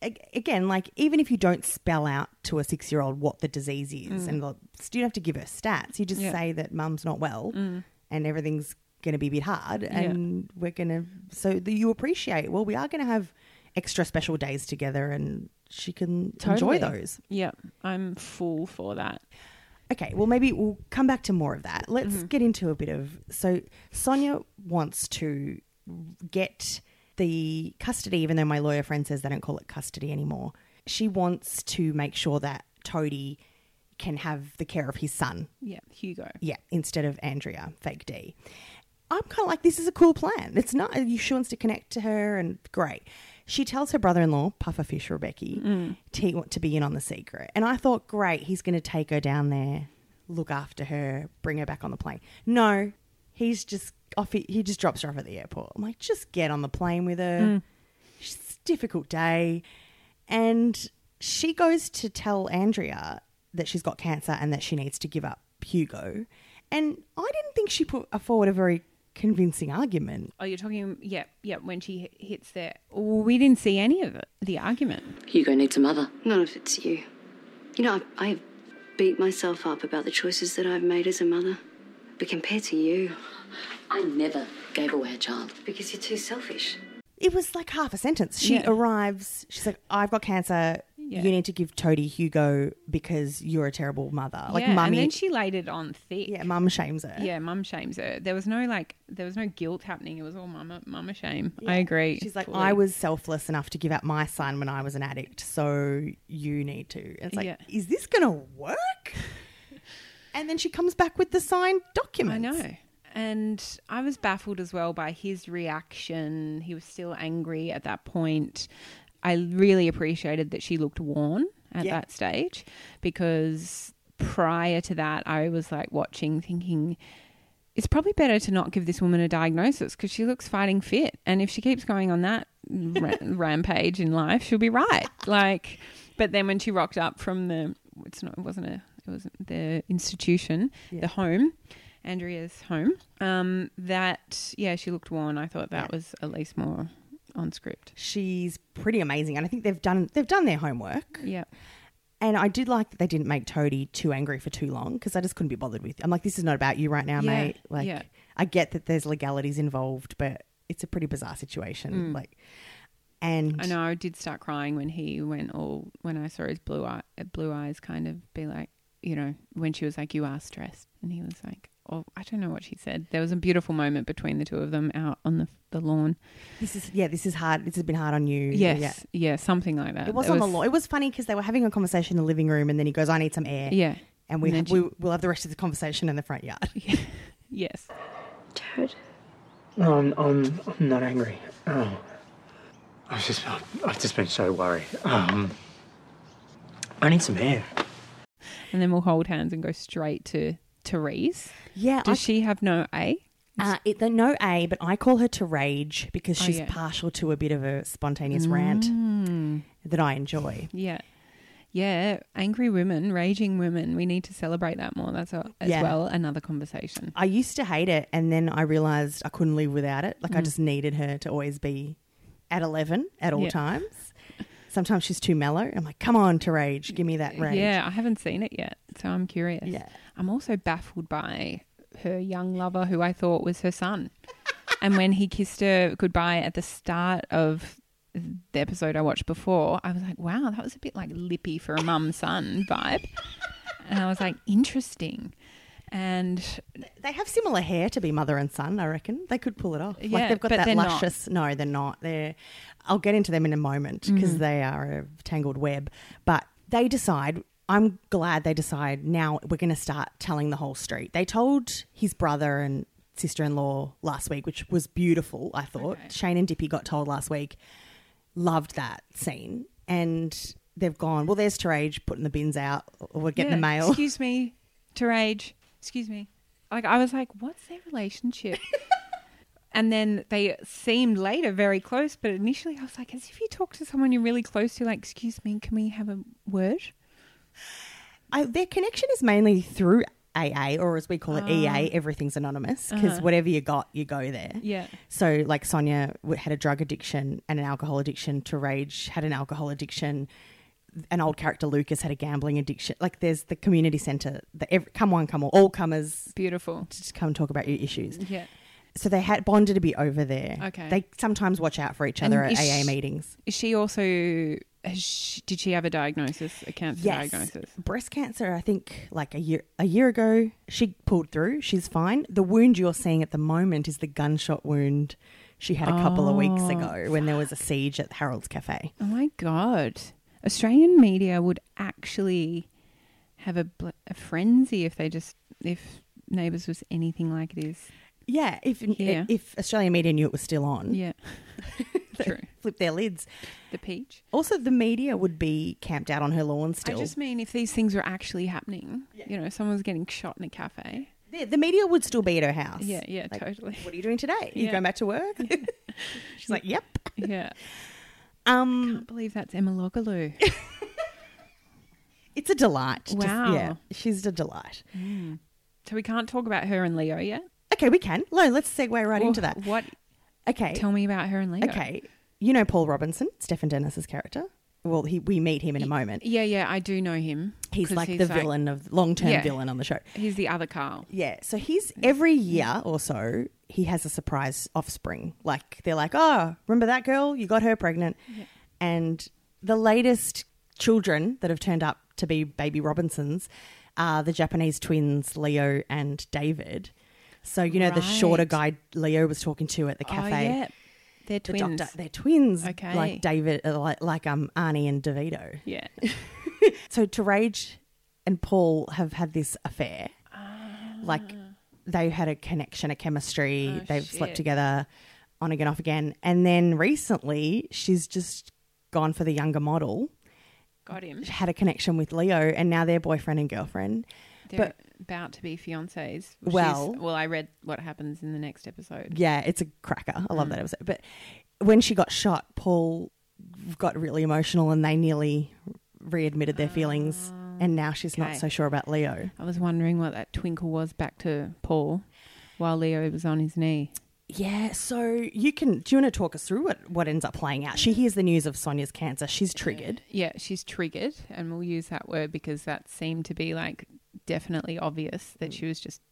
Speaker 3: a- again, like even if you don't spell out to a six-year-old what the disease is, and the, you don't have to give her stats, you just
Speaker 4: Mm. Yeah. Mm.
Speaker 3: say that mum's not well, and everything's going to be a bit hard, and we're going to so that you appreciate. Well, we are going to have extra special days together, and she can enjoy
Speaker 4: Totally.
Speaker 3: those.
Speaker 4: Yeah. I'm full for that.
Speaker 3: Okay, well, maybe we'll come back to more of that. Let's get into a bit of. So, Sonia wants to get the custody, even though my lawyer friend says they don't call it custody anymore. She wants to make sure that Toady can have the care of his son.
Speaker 4: Yeah. Hugo.
Speaker 3: Yeah, instead of Andrea, fake D. I'm kind of like, this is a cool plan. It's not, she wants to connect to her, and great. She tells her brother in law, Pufferfish Rebecca, to, to be in on the secret. And I thought, great, he's going to take her down there, look after her, bring her back on the plane. No, he's just off, he, he just drops her off at the airport. I'm like, just get on the plane with her. It's a difficult day. And she goes to tell Andrea that she's got cancer and that she needs to give up Hugo. And I didn't think she put forward a very convincing argument.
Speaker 4: Oh, you're talking. Yeah. Yeah. When she h- hits there. Well, we didn't see any of it, the argument.
Speaker 5: Hugo needs a mother.
Speaker 1: Not if it's you. You know, I, I beat myself up about the choices that I've made as a mother. But compared to you,
Speaker 5: I never gave away a child.
Speaker 1: because you're too selfish.
Speaker 3: It was like half a sentence. She
Speaker 4: Yeah.
Speaker 3: arrives, she's like, I've got cancer.
Speaker 4: Yeah.
Speaker 3: You need to give Toadie Hugo because you're a terrible mother. Like,
Speaker 4: yeah. And
Speaker 3: mummy.
Speaker 4: then she laid it on thick.
Speaker 3: yeah, mum shames her.
Speaker 4: Yeah, mum shames her. There was no like, there was no guilt happening. It was all mama, mama shame. I agree.
Speaker 3: She's like,
Speaker 4: fully.
Speaker 3: I was selfless enough to give up my son when I was an addict, so you need to. And it's like,
Speaker 4: Yeah.
Speaker 3: is this going to work? And then she comes back with the signed
Speaker 4: I
Speaker 3: documents.
Speaker 4: know. And I was baffled as well by his reaction. He was still angry at that point. I really appreciated that she looked worn at
Speaker 3: Yeah.
Speaker 4: that stage because prior to that, I was like watching, thinking, it's probably better to not give this woman a diagnosis because she looks fighting fit. And if she keeps going on that ra- rampage in life, she'll be right. Like, but then when she rocked up from the, it's not, it wasn't a, it was the institution, the home, Andrea's home. Um, that yeah, she looked worn. I thought that was at least more on script.
Speaker 3: She's pretty amazing, and I think they've done they've done their homework.
Speaker 4: Yeah,
Speaker 3: And I did like that they didn't make Toadie too angry for too long because I just couldn't be bothered with. I'm like, this is not about you right now,
Speaker 4: Yeah,
Speaker 3: mate. Like,
Speaker 4: yeah.
Speaker 3: I get that there's legalities involved, but it's a pretty bizarre situation. Like, and
Speaker 4: Mm. I know. I did start crying when he went all when I saw his blue eye, uh, blue eyes kind of be like, you know, when she was like, "You are stressed," and he was like, "Oh, I don't know what she said." There was a beautiful moment between the two of them out on the the lawn.
Speaker 3: this is yeah, this is hard. This has been hard on you.
Speaker 4: Yes,
Speaker 3: Yeah.
Speaker 4: yeah, something like that.
Speaker 3: It was
Speaker 4: There
Speaker 3: on the lawn. It was funny because they were having a conversation in the living room, and then he goes, "I need some air."
Speaker 4: Yeah.
Speaker 3: And we,
Speaker 4: And then
Speaker 3: we we'll have the rest of the conversation in the front yard.
Speaker 4: Yes.
Speaker 1: Jared,
Speaker 6: No, I'm, I'm, Um, I'm not angry. Oh. I've just, I've, I've just been so worried. Um, I need some air.
Speaker 4: And then we'll hold hands and go straight to Therese.
Speaker 3: Yeah,
Speaker 4: Does
Speaker 3: I-
Speaker 4: she have no A?
Speaker 3: Uh, it, the no A, but I call her to rage because she's
Speaker 4: Oh, yeah. Mm.
Speaker 3: partial to a bit of a spontaneous rant that I enjoy.
Speaker 4: Yeah. Yeah, angry women, raging women. We need to celebrate that more. That's a, as
Speaker 3: Yeah.
Speaker 4: well another conversation.
Speaker 3: I used to hate it, and then I realized I couldn't live without it.
Speaker 4: Mm.
Speaker 3: Like I just needed her to always be at eleven at all
Speaker 4: Yeah.
Speaker 3: times. Sometimes she's too mellow. I'm like, come on, to rage, give me that rage.
Speaker 4: Yeah, I haven't seen it yet, so I'm curious.
Speaker 3: Yeah.
Speaker 4: I'm also baffled by her young lover who I thought was her son. and when he kissed her goodbye at the start of the episode I watched before, I was like, wow, that was a bit like lippy for a mum son vibe. and I was like, interesting. And
Speaker 3: They have similar hair to be mother and son. I reckon they could pull it off. like
Speaker 4: Yeah,
Speaker 3: they've got
Speaker 4: but
Speaker 3: that
Speaker 4: they're not.
Speaker 3: luscious. No, they're not. They're. I'll get into them in a moment
Speaker 4: Mm.
Speaker 3: because they are a tangled web. But they decide. I'm glad they decide now we're going to start telling the whole street. They told his brother and sister-in-law last week, which was beautiful. I thought Shane and Dippy got told last week. Loved that scene, and they've gone. Well, there's Terage putting the bins out, or we're getting
Speaker 4: Yeah,
Speaker 3: the mail.
Speaker 4: Excuse me, Terage. Excuse me. Like I was like, what's their relationship? and then they seemed later very close, but initially I was like, as if you talk to someone you're really close to, like, excuse me, can we have a word?
Speaker 3: I, their connection is mainly through AA, or as we call it, EA. Everything's anonymous because whatever you got, you go there.
Speaker 4: Ah. Uh-huh. Yeah.
Speaker 3: So, like Sonia w- had a drug addiction and an alcohol addiction. To Rage had an alcohol addiction. An old character Lucas had a gambling addiction. Like, there's the community center. The ev come one, come all, all comers
Speaker 4: Beautiful.
Speaker 3: to just come talk about your issues.
Speaker 4: Yeah.
Speaker 3: So they had bonded to be over there.
Speaker 4: Okay.
Speaker 3: They sometimes watch out for each other
Speaker 4: And
Speaker 3: at
Speaker 4: is
Speaker 3: AA
Speaker 4: sh-
Speaker 3: meetings.
Speaker 4: Is she also? Has she, did she have a diagnosis? A cancer diagnosis?
Speaker 3: Breast cancer, I think like a year a year ago, she pulled through. She's fine. The wound you're seeing at the moment is the gunshot wound she had a couple of weeks ago when there was a siege at Harold's Cafe.
Speaker 4: Oh my god! Australian media would actually have a, bl- a frenzy if they just if Neighbours was anything like it is.
Speaker 3: Yeah, if
Speaker 4: Yeah.
Speaker 3: if Australian media knew it was still on,
Speaker 4: Yeah. True.
Speaker 3: flip their lids.
Speaker 4: The peach.
Speaker 3: Also, the media would be camped out on her lawn still.
Speaker 4: I just mean if these things were actually happening, you know, someone's getting shot in a cafe.
Speaker 3: the, the media would still be at her house.
Speaker 4: Yeah, yeah,
Speaker 3: Like,
Speaker 4: totally.
Speaker 3: What are you doing today? You
Speaker 4: Yeah.
Speaker 3: going back to work? She's like, yep.
Speaker 4: Yeah.
Speaker 3: Um,
Speaker 4: Can't believe that's Emma Logaloo.
Speaker 3: it's a delight. to-
Speaker 4: Wow.
Speaker 3: yeah, she's a delight.
Speaker 4: so we can't talk about her and Leo yet.
Speaker 3: Okay, we can. No, let's segue right into that.
Speaker 4: What?
Speaker 3: Okay.
Speaker 4: Tell me about her and Leo.
Speaker 3: okay. You know Paul Robinson, Stephen Dennis's character. Well, he, we meet him in a moment.
Speaker 4: Yeah, yeah, I do know him.
Speaker 3: He's
Speaker 4: 'Cause
Speaker 3: like the villain of long-term
Speaker 4: Yeah.
Speaker 3: villain on the show.
Speaker 4: He's the other Carl.
Speaker 3: Yeah. So he's every year or so he has a surprise offspring. Like they're like, oh, remember that girl? You got her pregnant. And the latest children that have turned up to be baby Robinsons are the Japanese twins Leo and David. So you know the shorter guy Leo was talking to at the cafe.
Speaker 4: Oh, yeah. They're
Speaker 3: the
Speaker 4: twins.
Speaker 3: doctor. They're twins.
Speaker 4: Okay.
Speaker 3: Like David, uh, like, like um Arnie and DeVito.
Speaker 4: yeah.
Speaker 3: So Terage and Paul have had this affair. Like they had a connection, a chemistry. They've slept
Speaker 4: Oh, shit.
Speaker 3: together on again, off again. And then recently she's just gone for the younger model,
Speaker 4: Got him.
Speaker 3: had a connection with Leo, and now they're boyfriend and girlfriend.
Speaker 4: They're about to be fiancés. She's-
Speaker 3: Well-
Speaker 4: well, I read what happens in the next episode. Mm.
Speaker 3: Yeah, it's a cracker. I love that episode. But when she got shot, Paul got really emotional and they nearly readmitted their feelings. And now she's not
Speaker 4: okay.
Speaker 3: so sure about Leo.
Speaker 4: I was wondering what that twinkle was back to Paul while Leo was on his knee.
Speaker 3: Yeah, so you can. Do you want to talk us through what, what ends up playing out? She hears the news of Sonia's cancer. She's triggered.
Speaker 4: Yeah, she's triggered, and we'll use that word because that seemed to be like definitely obvious that she was just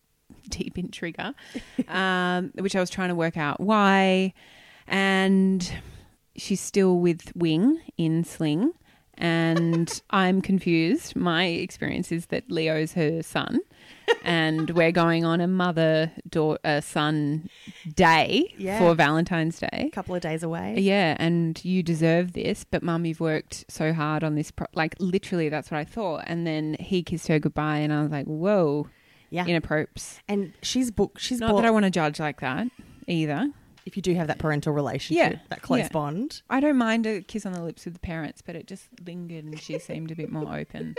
Speaker 4: deep in trigger, um, which I was trying to work out why. And she's still with Wing in Sling, and I'm confused. My experience is that Leo's her son, and we're going on a mother daughter uh, son day
Speaker 3: Yeah.
Speaker 4: for Valentine's Day.
Speaker 3: A couple of days away.
Speaker 4: Yeah, and you deserve this, but mum, you've worked so hard on this. Pro- like, literally, that's what I thought. And then he kissed her goodbye, and I was like, whoa,
Speaker 3: Yeah.
Speaker 4: inappropriate.
Speaker 3: And she's booked. She's
Speaker 4: Not
Speaker 3: bought.
Speaker 4: that I want to judge like that either.
Speaker 3: if you do have that parental relationship,
Speaker 4: Yeah,
Speaker 3: that close
Speaker 4: yeah.
Speaker 3: bond.
Speaker 4: I don't mind a kiss on the lips with the parents, but it just lingered, and she seemed a bit more open.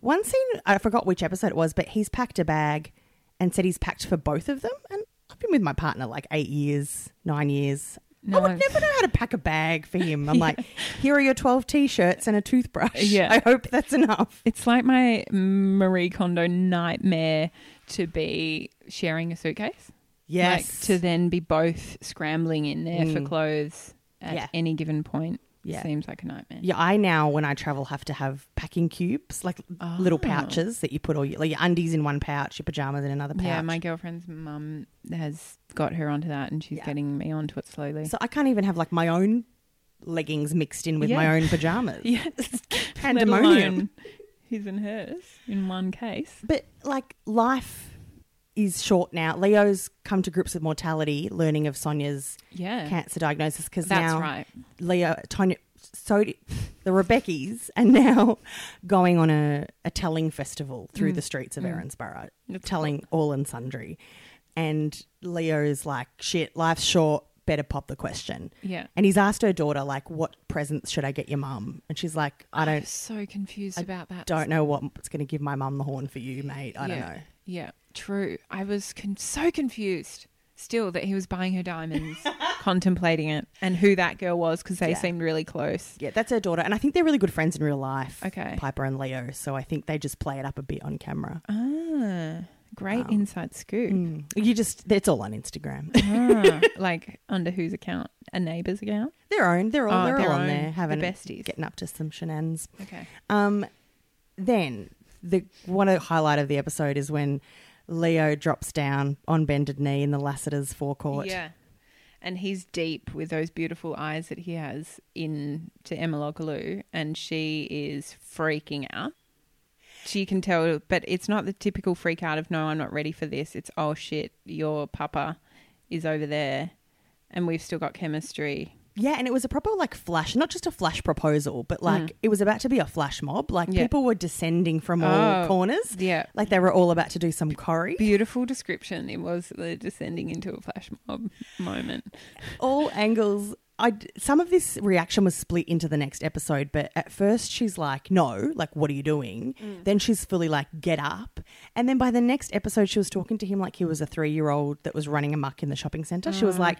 Speaker 3: One scene, I forgot which episode it was, but he's packed a bag and said he's packed for both of them. And I've been with my partner like eight years, nine years. I
Speaker 4: No,
Speaker 3: would
Speaker 4: I've-
Speaker 3: never know how to pack a bag for him. I'm like, here are your 12 t shirts and a toothbrush.
Speaker 4: Yeah.
Speaker 3: I hope that's enough.
Speaker 4: It's like my Marie Kondo nightmare to be sharing a suitcase.
Speaker 3: Yes. Mm.
Speaker 4: Like to then be both scrambling in there for clothes at
Speaker 3: Yeah.
Speaker 4: any given point
Speaker 3: Yeah.
Speaker 4: seems like a nightmare.
Speaker 3: yeah, I now, when I travel, have to have packing cubes, like little
Speaker 4: Oh.
Speaker 3: pouches that you put all your, like your undies in one pouch, your pajamas in another pouch.
Speaker 4: Yeah, my girlfriend's mum has got her onto that and she's getting me onto it slowly.
Speaker 3: So I can't even have like my own leggings mixed in with
Speaker 4: Yeah.
Speaker 3: my own pajamas.
Speaker 4: yes.
Speaker 3: Pandemonium.
Speaker 4: his and hers in one case.
Speaker 3: But like life is short now. Leo's come to grips with mortality, learning of Sonia's
Speaker 4: Yeah.
Speaker 3: cancer diagnosis because
Speaker 4: That's
Speaker 3: now
Speaker 4: right.
Speaker 3: Leo, Tonya, so d- the Rebeckys are now going on a, a telling festival
Speaker 4: Mm.
Speaker 3: through the streets of Erinsborough, telling all and sundry. And Leo's like, shit, life's short. Better pop the question.
Speaker 4: Yeah.
Speaker 3: And he's asked her daughter, like, what presents should I get your mum? And she's like, I
Speaker 4: I'm
Speaker 3: don't,
Speaker 4: so confused about that.
Speaker 3: don't know what's going to give my mum the horn for you, mate. I
Speaker 4: yeah.
Speaker 3: don't know.
Speaker 4: Yeah, true. I was con- so confused still that he was buying her diamonds, contemplating it, and who that girl was because they seemed really close.
Speaker 3: Yeah, that's her daughter, and I think they're really good friends in real life.
Speaker 4: Okay.
Speaker 3: Piper and Leo. So I think they just play it up a bit on camera.
Speaker 4: Ah, great inside scoop.
Speaker 3: Mm. You just—it's all on Instagram.
Speaker 4: Ah, like under whose account? A neighbour's account?
Speaker 3: their own. They're all.
Speaker 4: Oh,
Speaker 3: they're
Speaker 4: their
Speaker 3: all on
Speaker 4: own,
Speaker 3: there
Speaker 4: the
Speaker 3: having
Speaker 4: besties.
Speaker 3: getting up to some shenanigans.
Speaker 4: Okay.
Speaker 3: Um, then the one highlight of the episode is when Leo drops down on bended knee in the Lassiter's forecourt.
Speaker 4: Yeah. And he's deep with those beautiful eyes that he has in to Emma Lockaloo, and she is freaking out. She can tell, but it's not the typical freak out of no, I'm not ready for this. It's oh shit, your papa is over there, and we've still got chemistry.
Speaker 3: Yeah, and it was a proper like flash, not just a flash proposal, but like it was about to be a flash mob. Like
Speaker 4: Mm. Yeah.
Speaker 3: people were descending from all
Speaker 4: Oh,
Speaker 3: corners.
Speaker 4: yeah.
Speaker 3: like they were all about to do some curry.
Speaker 4: Beautiful description. It was the descending into a flash mob moment.
Speaker 3: all angles. I some of this reaction was split into the next episode, but at first she's like, "No, like what are you doing?"
Speaker 4: Mm.
Speaker 3: Then she's fully like, "Get up!" And then by the next episode, she was talking to him like he was a three-year-old that was running amok in the shopping center. She was
Speaker 4: Mm.
Speaker 3: like,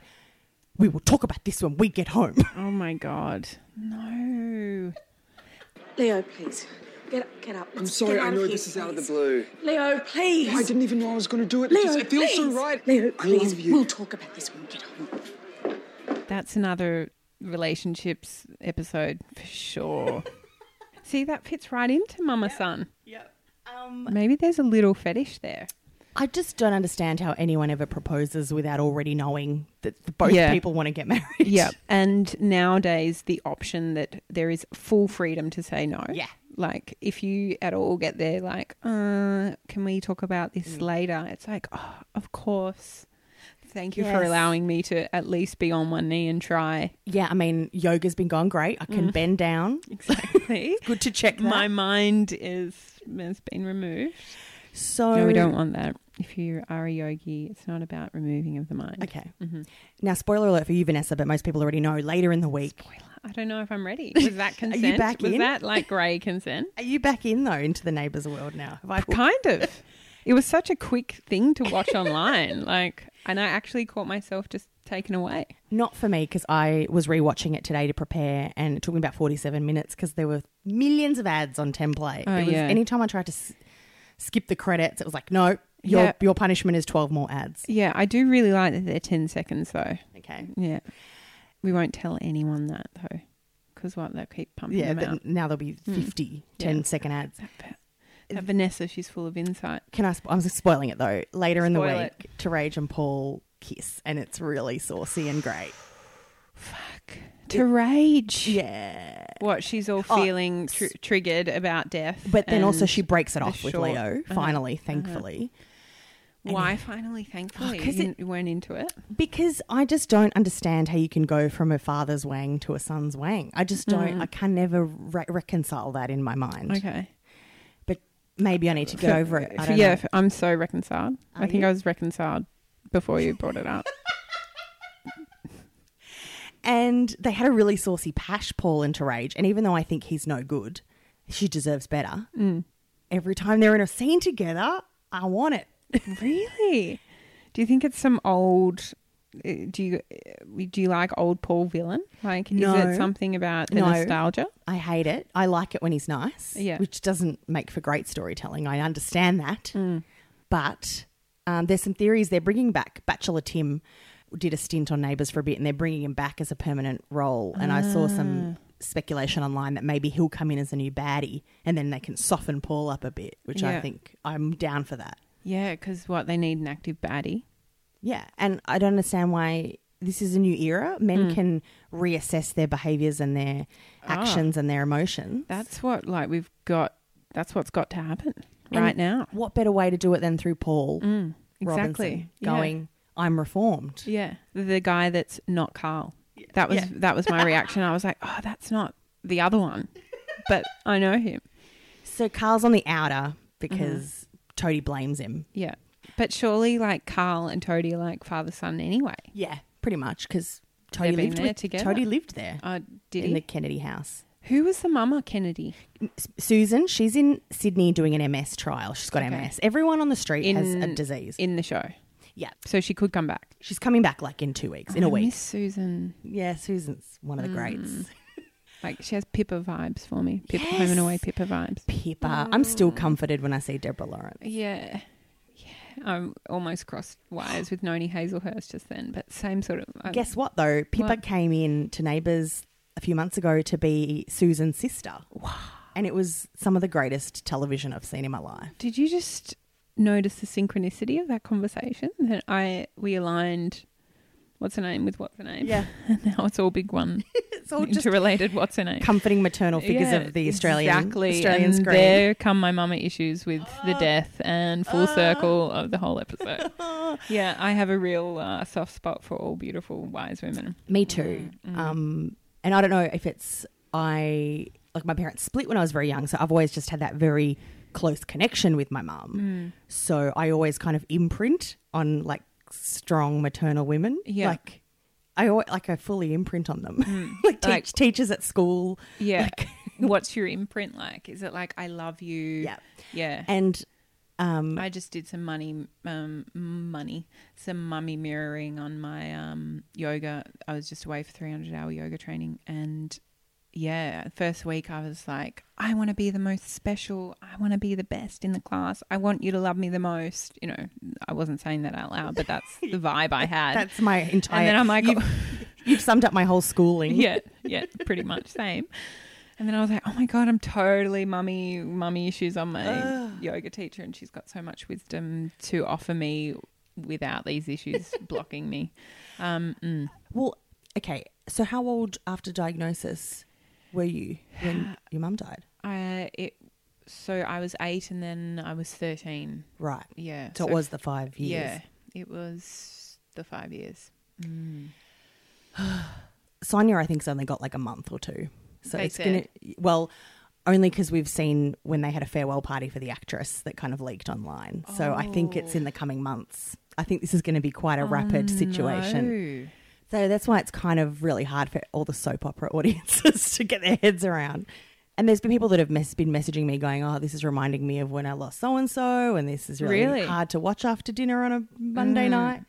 Speaker 3: "We will talk about this when we get home."
Speaker 4: Oh my god, no.
Speaker 7: Leo, please. Get up, get up.
Speaker 8: I'm sorry, I know this is out of the blue.
Speaker 7: Leo, please.
Speaker 8: I didn't even know I was going to do it.
Speaker 7: Leo,
Speaker 8: it, just, it feels so
Speaker 7: please.
Speaker 8: right.
Speaker 7: Leo,
Speaker 8: I
Speaker 7: please.
Speaker 8: love you.
Speaker 7: We'll talk about this when we get home.
Speaker 4: That's another relationships episode for sure. See, that fits right into Mama Son. Yep. Um, Maybe there's a little fetish there.
Speaker 3: I just don't understand how anyone ever proposes without already knowing that the- both
Speaker 4: Yeah.
Speaker 3: people want to get married.
Speaker 4: Yeah. And nowadays, the option that there is full freedom to say no.
Speaker 3: Yeah.
Speaker 4: Like, if you at all get there, like, uh, can we talk about this
Speaker 3: Mm.
Speaker 4: later? It's like, oh, of course. Thank you for
Speaker 3: Yes.
Speaker 4: allowing me to at least be on one knee and try.
Speaker 3: yeah. I mean, yoga's been going great. I
Speaker 4: Mm.
Speaker 3: can bend down.
Speaker 4: Exactly.
Speaker 3: Good to check that.
Speaker 4: My mind is has been removed.
Speaker 3: so
Speaker 4: No, we don't want that. If you are a yogi, it's not about removing of the mind.
Speaker 3: Okay.
Speaker 4: Mm-hmm.
Speaker 3: Now, spoiler alert for you, Vanessa, but most people already know. Later in the week,
Speaker 4: I don't know if I'm ready. Was that consent?
Speaker 3: back
Speaker 4: Was
Speaker 3: in?
Speaker 4: that like grey consent?
Speaker 3: are you back in though into the neighbours world now? Have I
Speaker 4: kind of. It was such a quick thing to watch online. Like, and I actually caught myself just taken away.
Speaker 3: Not for me because I was rewatching it today to prepare, and it took me about forty-seven minutes because there were millions of ads on template.
Speaker 4: Oh,
Speaker 3: it was,
Speaker 4: yeah.
Speaker 3: Anytime I tried to s- skip the credits, it was like, no, your
Speaker 4: Yeah.
Speaker 3: your punishment is twelve more ads.
Speaker 4: Yeah, I do really like that they're 10 seconds though.
Speaker 3: Okay.
Speaker 4: Yeah. We won't tell anyone that though. Because what? They'll keep pumping
Speaker 3: Yeah.
Speaker 4: them
Speaker 3: But
Speaker 4: out. Hmm.
Speaker 3: now there'll be 50 10 second ads.
Speaker 4: That Vanessa, she's full of insight.
Speaker 3: Can I? Sp- I'm spoiling it though. Later in the
Speaker 4: Spoil
Speaker 3: week, Terage and Paul kiss, and it's really saucy and great.
Speaker 4: To rage.
Speaker 3: Yeah.
Speaker 4: What? She's all
Speaker 3: Oh,
Speaker 4: feeling tr- triggered about death.
Speaker 3: But then also
Speaker 4: and
Speaker 3: she breaks it
Speaker 4: the
Speaker 3: off with
Speaker 4: short-
Speaker 3: Leo,
Speaker 4: Uh-huh.
Speaker 3: finally, thankfully.
Speaker 4: Why finally, thankfully?
Speaker 3: Oh, 'cause
Speaker 4: you
Speaker 3: it-
Speaker 4: n- weren't into it.
Speaker 3: Because I just don't understand how you can go from a father's wang to a son's wang. I just don't, I can never re- reconcile that in my mind.
Speaker 4: Mm. Okay.
Speaker 3: But maybe I need to get over it. I
Speaker 4: F-
Speaker 3: don't
Speaker 4: yeah,
Speaker 3: know.
Speaker 4: f- I'm so reconciled. I
Speaker 3: Are
Speaker 4: think
Speaker 3: you?
Speaker 4: I was reconciled before you brought it up.
Speaker 3: And they had a really saucy pash Paul into rage. And even though I think he's no good, she deserves better.
Speaker 4: Mm.
Speaker 3: Every time they're in a scene together, I want it.
Speaker 4: really? Do you think it's some old? uh, Do you uh, do you like old Paul villain? Like, is
Speaker 3: No.
Speaker 4: it something about the
Speaker 3: No.
Speaker 4: nostalgia?
Speaker 3: I hate it. I like it when he's nice,
Speaker 4: Yeah.
Speaker 3: which doesn't make for great storytelling. I understand that.
Speaker 4: Mm.
Speaker 3: But um, there's some theories they're bringing back. Bachelor Tim did a stint on Neighbours for a bit and they're bringing him back as a permanent role. And I saw some
Speaker 4: Ah.
Speaker 3: speculation online that maybe he'll come in as a new baddie and then they can soften Paul up a bit, which I
Speaker 4: Yeah.
Speaker 3: think I'm down for that.
Speaker 4: Yeah, because what they need an active baddie.
Speaker 3: Yeah, and I don't understand why this is a new era.
Speaker 4: Mm.
Speaker 3: Men can reassess their behaviors and their
Speaker 4: Ah.
Speaker 3: actions and their emotions.
Speaker 4: That's what like we've got. That's what's got to happen
Speaker 3: And
Speaker 4: right now.
Speaker 3: What better way to do it than through Paul Robinson
Speaker 4: Mm, exactly. Yeah.
Speaker 3: going, "I'm reformed."
Speaker 4: Yeah, the guy that's not Carl. That was that was my reaction. I was like, oh, that's not the other one, but I know him.
Speaker 3: So Carl's on the outer because
Speaker 4: Mm-hmm.
Speaker 3: Toadie blames him.
Speaker 4: Yeah, but surely like Carl and Toadie are like father son anyway.
Speaker 3: Yeah, pretty much because Toadie
Speaker 4: They've been
Speaker 3: lived
Speaker 4: there
Speaker 3: with
Speaker 4: together.
Speaker 3: Toadie lived there
Speaker 4: Uh, did
Speaker 3: in
Speaker 4: he?
Speaker 3: the Kennedy house.
Speaker 4: Who was the mama Kennedy
Speaker 3: S- Susan, she's in Sydney doing an MS trial. She's got
Speaker 4: Okay.
Speaker 3: MS. Everyone on the street
Speaker 4: in
Speaker 3: has a disease.
Speaker 4: in the show?
Speaker 3: yeah,
Speaker 4: So she could come back
Speaker 3: she's coming back like in two weeks, in a
Speaker 4: Oh, I
Speaker 3: week.
Speaker 4: Miss Mm. Susan,
Speaker 3: Yeah, Susan's one of the greats.
Speaker 4: like she has Pippa vibes for me. Pippa home and away Pippa vibes.
Speaker 3: Pippa, I'm
Speaker 4: Oh.
Speaker 3: still comforted when I see Deborah Lawrence.
Speaker 4: Yeah. Yeah. I'm almost crossed wires with Noni Hazelhurst just then, but same sort of. I-
Speaker 3: Guess what though? Pippa
Speaker 4: Um, What?
Speaker 3: came in to Neighbours a few months ago to be Susan's sister. Wow. And it was some of the greatest television I've seen in my life.
Speaker 4: Did you just notice the synchronicity of that conversation? That I we aligned what's her name with what's her name?
Speaker 3: Yeah.
Speaker 4: And now it's all big one.
Speaker 3: It's all just
Speaker 4: interrelated what's her name.
Speaker 3: comforting maternal figures
Speaker 4: Yeah,
Speaker 3: of the Australian
Speaker 4: exactly.
Speaker 3: Australian
Speaker 4: and
Speaker 3: screen. Oh.
Speaker 4: There come my mama issues with the death and full
Speaker 3: Ah.
Speaker 4: circle of the whole episode. yeah, I have a real uh, soft spot for all beautiful wise women.
Speaker 3: Me too.
Speaker 4: mm.
Speaker 3: Um, and I don't know if it's I like my parents split when I was very young, so I've always just had that very close connection with my
Speaker 4: Mm.
Speaker 3: mum. So I always kind of imprint on like strong maternal women.
Speaker 4: Yeah. Mm.
Speaker 3: Like I always, like I fully imprint on them. like, teach,
Speaker 4: Like-
Speaker 3: teachers at school.
Speaker 4: Yeah.
Speaker 3: Like,
Speaker 4: What's your imprint like? Is it like I love you?
Speaker 3: Yeah.
Speaker 4: Yeah.
Speaker 3: and
Speaker 4: I just did some money, um, money, some mummy mirroring on my um, yoga. I was just away for 300 hour yoga training. And yeah, first week I was like, I want to be the most special. I want to be the best in the class. I want you to love me the most. You know, I wasn't saying that out loud, but that's the vibe I had.
Speaker 3: that's my entire.
Speaker 4: and then I'm like,
Speaker 3: you've summed up my whole schooling.
Speaker 4: yeah, yeah, pretty much same. And then I was like, oh my god, I'm totally mummy mummy issues on my yoga teacher, and she's got so much wisdom to offer me without these issues blocking me. Um, mm.
Speaker 3: Well, okay. So how old after diagnosis were you when your mum died?
Speaker 4: I it so I was eight, and then I was thirteen.
Speaker 3: Right.
Speaker 4: Yeah,
Speaker 3: So it was the five years.
Speaker 4: yeah, it was the five years.
Speaker 3: Sonia, I think's only got like a month or two. So
Speaker 4: They
Speaker 3: it's going to, well, only because we've seen when they had a farewell party for the actress that kind of leaked online. So I think it's in the coming months. I think this is going to be quite a
Speaker 4: Oh,
Speaker 3: rapid situation.
Speaker 4: No.
Speaker 3: So that's why it's kind of really hard for all the soap opera audiences to get their heads around. And there's been people that have mess- been messaging me going, oh, this is reminding me of when I lost so and so. And this is really,
Speaker 4: Really? Mm.
Speaker 3: hard to watch after dinner on a Monday night.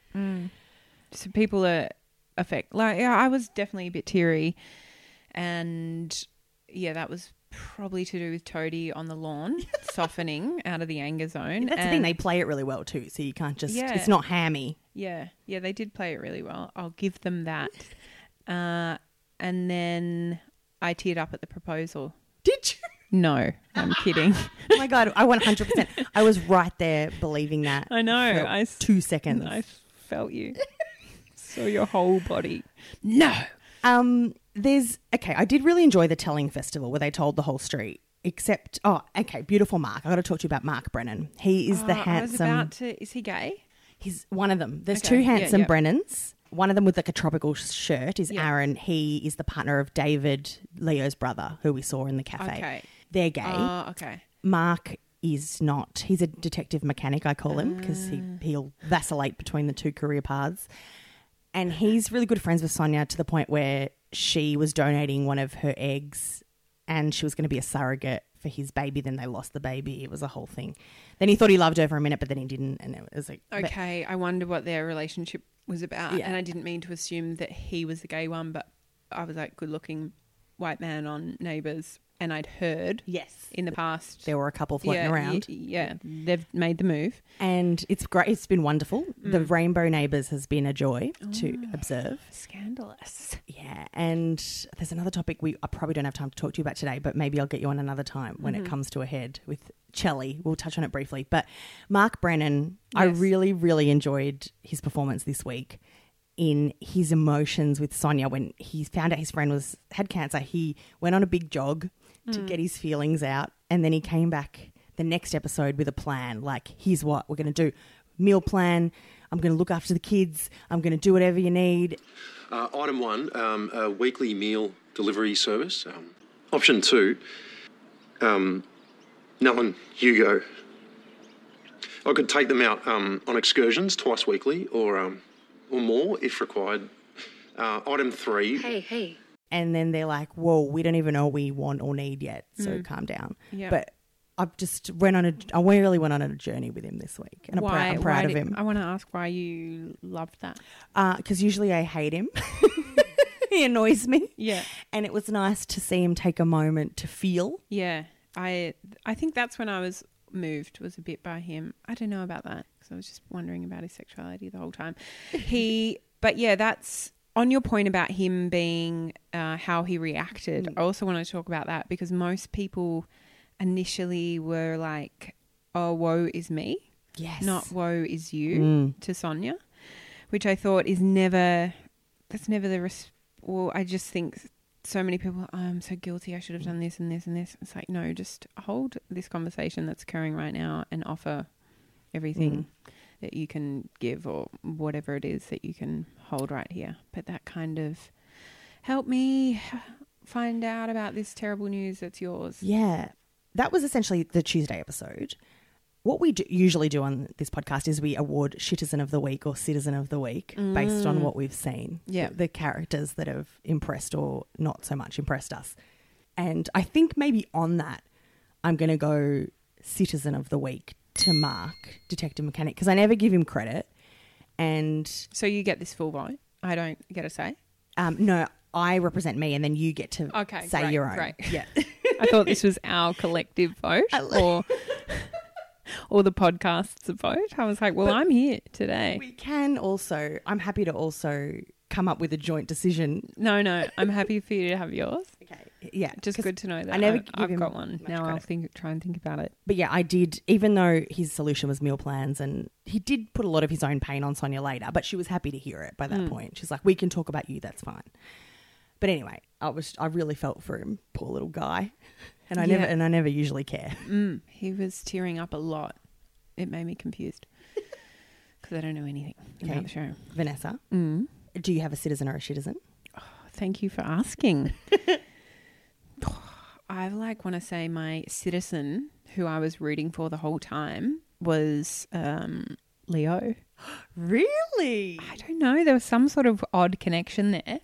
Speaker 4: So people are effect. Like, yeah, I was definitely a bit teary, and yeah, that was probably to do with Toadie on the lawn softening out of the anger zone.
Speaker 3: That's the
Speaker 4: and
Speaker 3: thing, they play it really well too, so you can't just,
Speaker 4: Yeah.
Speaker 3: it's not hammy.
Speaker 4: yeah, yeah, they did play it really well. I'll give them that. Uh, and then I teared up at the proposal.
Speaker 3: Did you?
Speaker 4: No, I'm kidding.
Speaker 3: Oh my God, I 100%. I was right there believing that.
Speaker 4: I know,
Speaker 3: for
Speaker 4: I s-
Speaker 3: two seconds.
Speaker 4: I felt you. Saw your whole body. Uh, No.
Speaker 3: Um, there's okay. I did really enjoy the Telling Festival where they told the whole street. Except, oh, okay, beautiful Mark. I got to talk to you about Mark Brennan. He is the
Speaker 4: Oh, I was
Speaker 3: handsome.
Speaker 4: about to. Is he gay?
Speaker 3: He's one of them. There's
Speaker 4: Okay,
Speaker 3: two
Speaker 4: yeah,
Speaker 3: handsome
Speaker 4: yeah.
Speaker 3: Brennans. One of them with like a tropical shirt is
Speaker 4: Yeah.
Speaker 3: Aaron. He is the partner of David Leo's brother, who we saw in the cafe.
Speaker 4: Okay.
Speaker 3: They're gay.
Speaker 4: Oh, okay.
Speaker 3: Mark is not. He's a detective mechanic, I call him, because he,
Speaker 4: Ah.
Speaker 3: he'll vacillate between the two career paths. And he's really good friends with Sonia to the point where she was donating one of her eggs and she was going to be a surrogate for his baby. Then they lost the baby. It was a whole thing. Then he thought he loved her for a minute, but then he didn't. And it was like, but-
Speaker 4: Okay, I wonder what their relationship was about.
Speaker 3: Yeah.
Speaker 4: And I didn't mean to assume that he was the gay one, but I was like, good looking white man on Neighbours. And I'd heard
Speaker 3: yes.
Speaker 4: in the past.
Speaker 3: There were a couple floating
Speaker 4: yeah,
Speaker 3: around.
Speaker 4: y- yeah, they've made the move.
Speaker 3: And it's great. It's been wonderful. The
Speaker 4: Mm.
Speaker 3: Rainbow Neighbours has been a joy to
Speaker 4: Oh.
Speaker 3: observe.
Speaker 4: Scandalous.
Speaker 3: Yeah, and there's another topic we I probably don't have time to talk to you about today, but maybe I'll get you on another time when it comes to a head with Chelly. We'll touch on it briefly. But Mark Brennan, I
Speaker 4: Yes.
Speaker 3: really, really enjoyed his performance this week in his emotions with Sonia when he found out his friend was had cancer. He went on a big jog to get his feelings out, and then he came back the next episode with a plan. Like, here's what we're going to do: meal plan. I'm going to look after the kids. I'm going to do whatever you need.
Speaker 9: Uh, item one, um, a weekly meal delivery service. Um, option two, um, Nellen Hugo. I could take them out um, on excursions twice weekly or um, or more if required. Uh, item three,
Speaker 1: Hey, hey.
Speaker 3: and then they're like, "Whoa, we don't even know what we want or need yet, so calm down."
Speaker 4: Mm. Yeah.
Speaker 3: But I just went on a, I really went on a journey with him this week, and I'm, prou- I'm proud of
Speaker 4: did-
Speaker 3: him
Speaker 4: I want to ask why you loved that.
Speaker 3: because usually I hate him. he annoys me.
Speaker 4: Yeah.
Speaker 3: and it was nice to see him take a moment to feel.
Speaker 4: Yeah, I I think that's when I was moved was a bit by him. I don't know about that because I was just wondering about his sexuality the whole time. He, but yeah, that's on your point about him being uh, how he reacted. I also want to talk about that because most people initially were like, "Oh, woe is me."
Speaker 3: Yes. Mm.
Speaker 4: not woe is you to Sonia, which I thought is never, that's never the, res- well, I just think so many people, "Oh, I'm so guilty, I should have done this and this and this. It's like, no, just hold this conversation that's occurring right now and offer everything
Speaker 3: Mm.
Speaker 4: that you can give or whatever it is that you can hold right here. But that kind of, help me find out about this terrible news that's yours.
Speaker 3: Yeah. That was essentially the Tuesday episode. What we do, usually do on this podcast is we award Citizen of the Week or Citizen of the Week based on what we've seen.
Speaker 4: Mm. Yeah.
Speaker 3: The, the characters that have impressed or not so much impressed us. And I think maybe on that, I'm going to go Citizen of the Week to Mark, Detective Mechanic, because I never give him credit. And
Speaker 4: So you get this full vote. I don't get a say.
Speaker 3: um, no, I represent me, and then you get to
Speaker 4: Okay,
Speaker 3: say
Speaker 4: great,
Speaker 3: your own.
Speaker 4: great.
Speaker 3: Yeah.
Speaker 4: I thought this was our collective vote or or the podcast's vote. I was like, well, I'm here today.
Speaker 3: We can also, I'm happy to also come up with a joint decision.
Speaker 4: No, no, I'm happy for you to have yours.
Speaker 3: Yeah.
Speaker 4: Just
Speaker 3: 'cause-
Speaker 4: good to know that
Speaker 3: I never
Speaker 4: I,
Speaker 3: give
Speaker 4: have
Speaker 3: him
Speaker 4: got one.
Speaker 3: much
Speaker 4: Now I'll
Speaker 3: credit.
Speaker 4: think, try and think about it.
Speaker 3: But yeah, I did, even though his solution was meal plans and he did put a lot of his own pain on Sonia later, but she was happy to hear it by that
Speaker 4: Hmm.
Speaker 3: point. She's like, we can talk about you. That's fine. But anyway, I was, I really felt for him, poor little guy. And I never,
Speaker 4: Yeah. Mm.
Speaker 3: and I never usually care.
Speaker 4: He was tearing up a lot. It made me confused because I don't know anything
Speaker 3: Okay.
Speaker 4: about the show.
Speaker 3: Vanessa,
Speaker 4: Mm.
Speaker 3: do you have a citizen or a citizen?
Speaker 4: Thank you for asking. I like want to say my citizen, who I was rooting for the whole time, was um, Leo.
Speaker 3: Really?
Speaker 4: I don't know. There was some sort of odd connection there,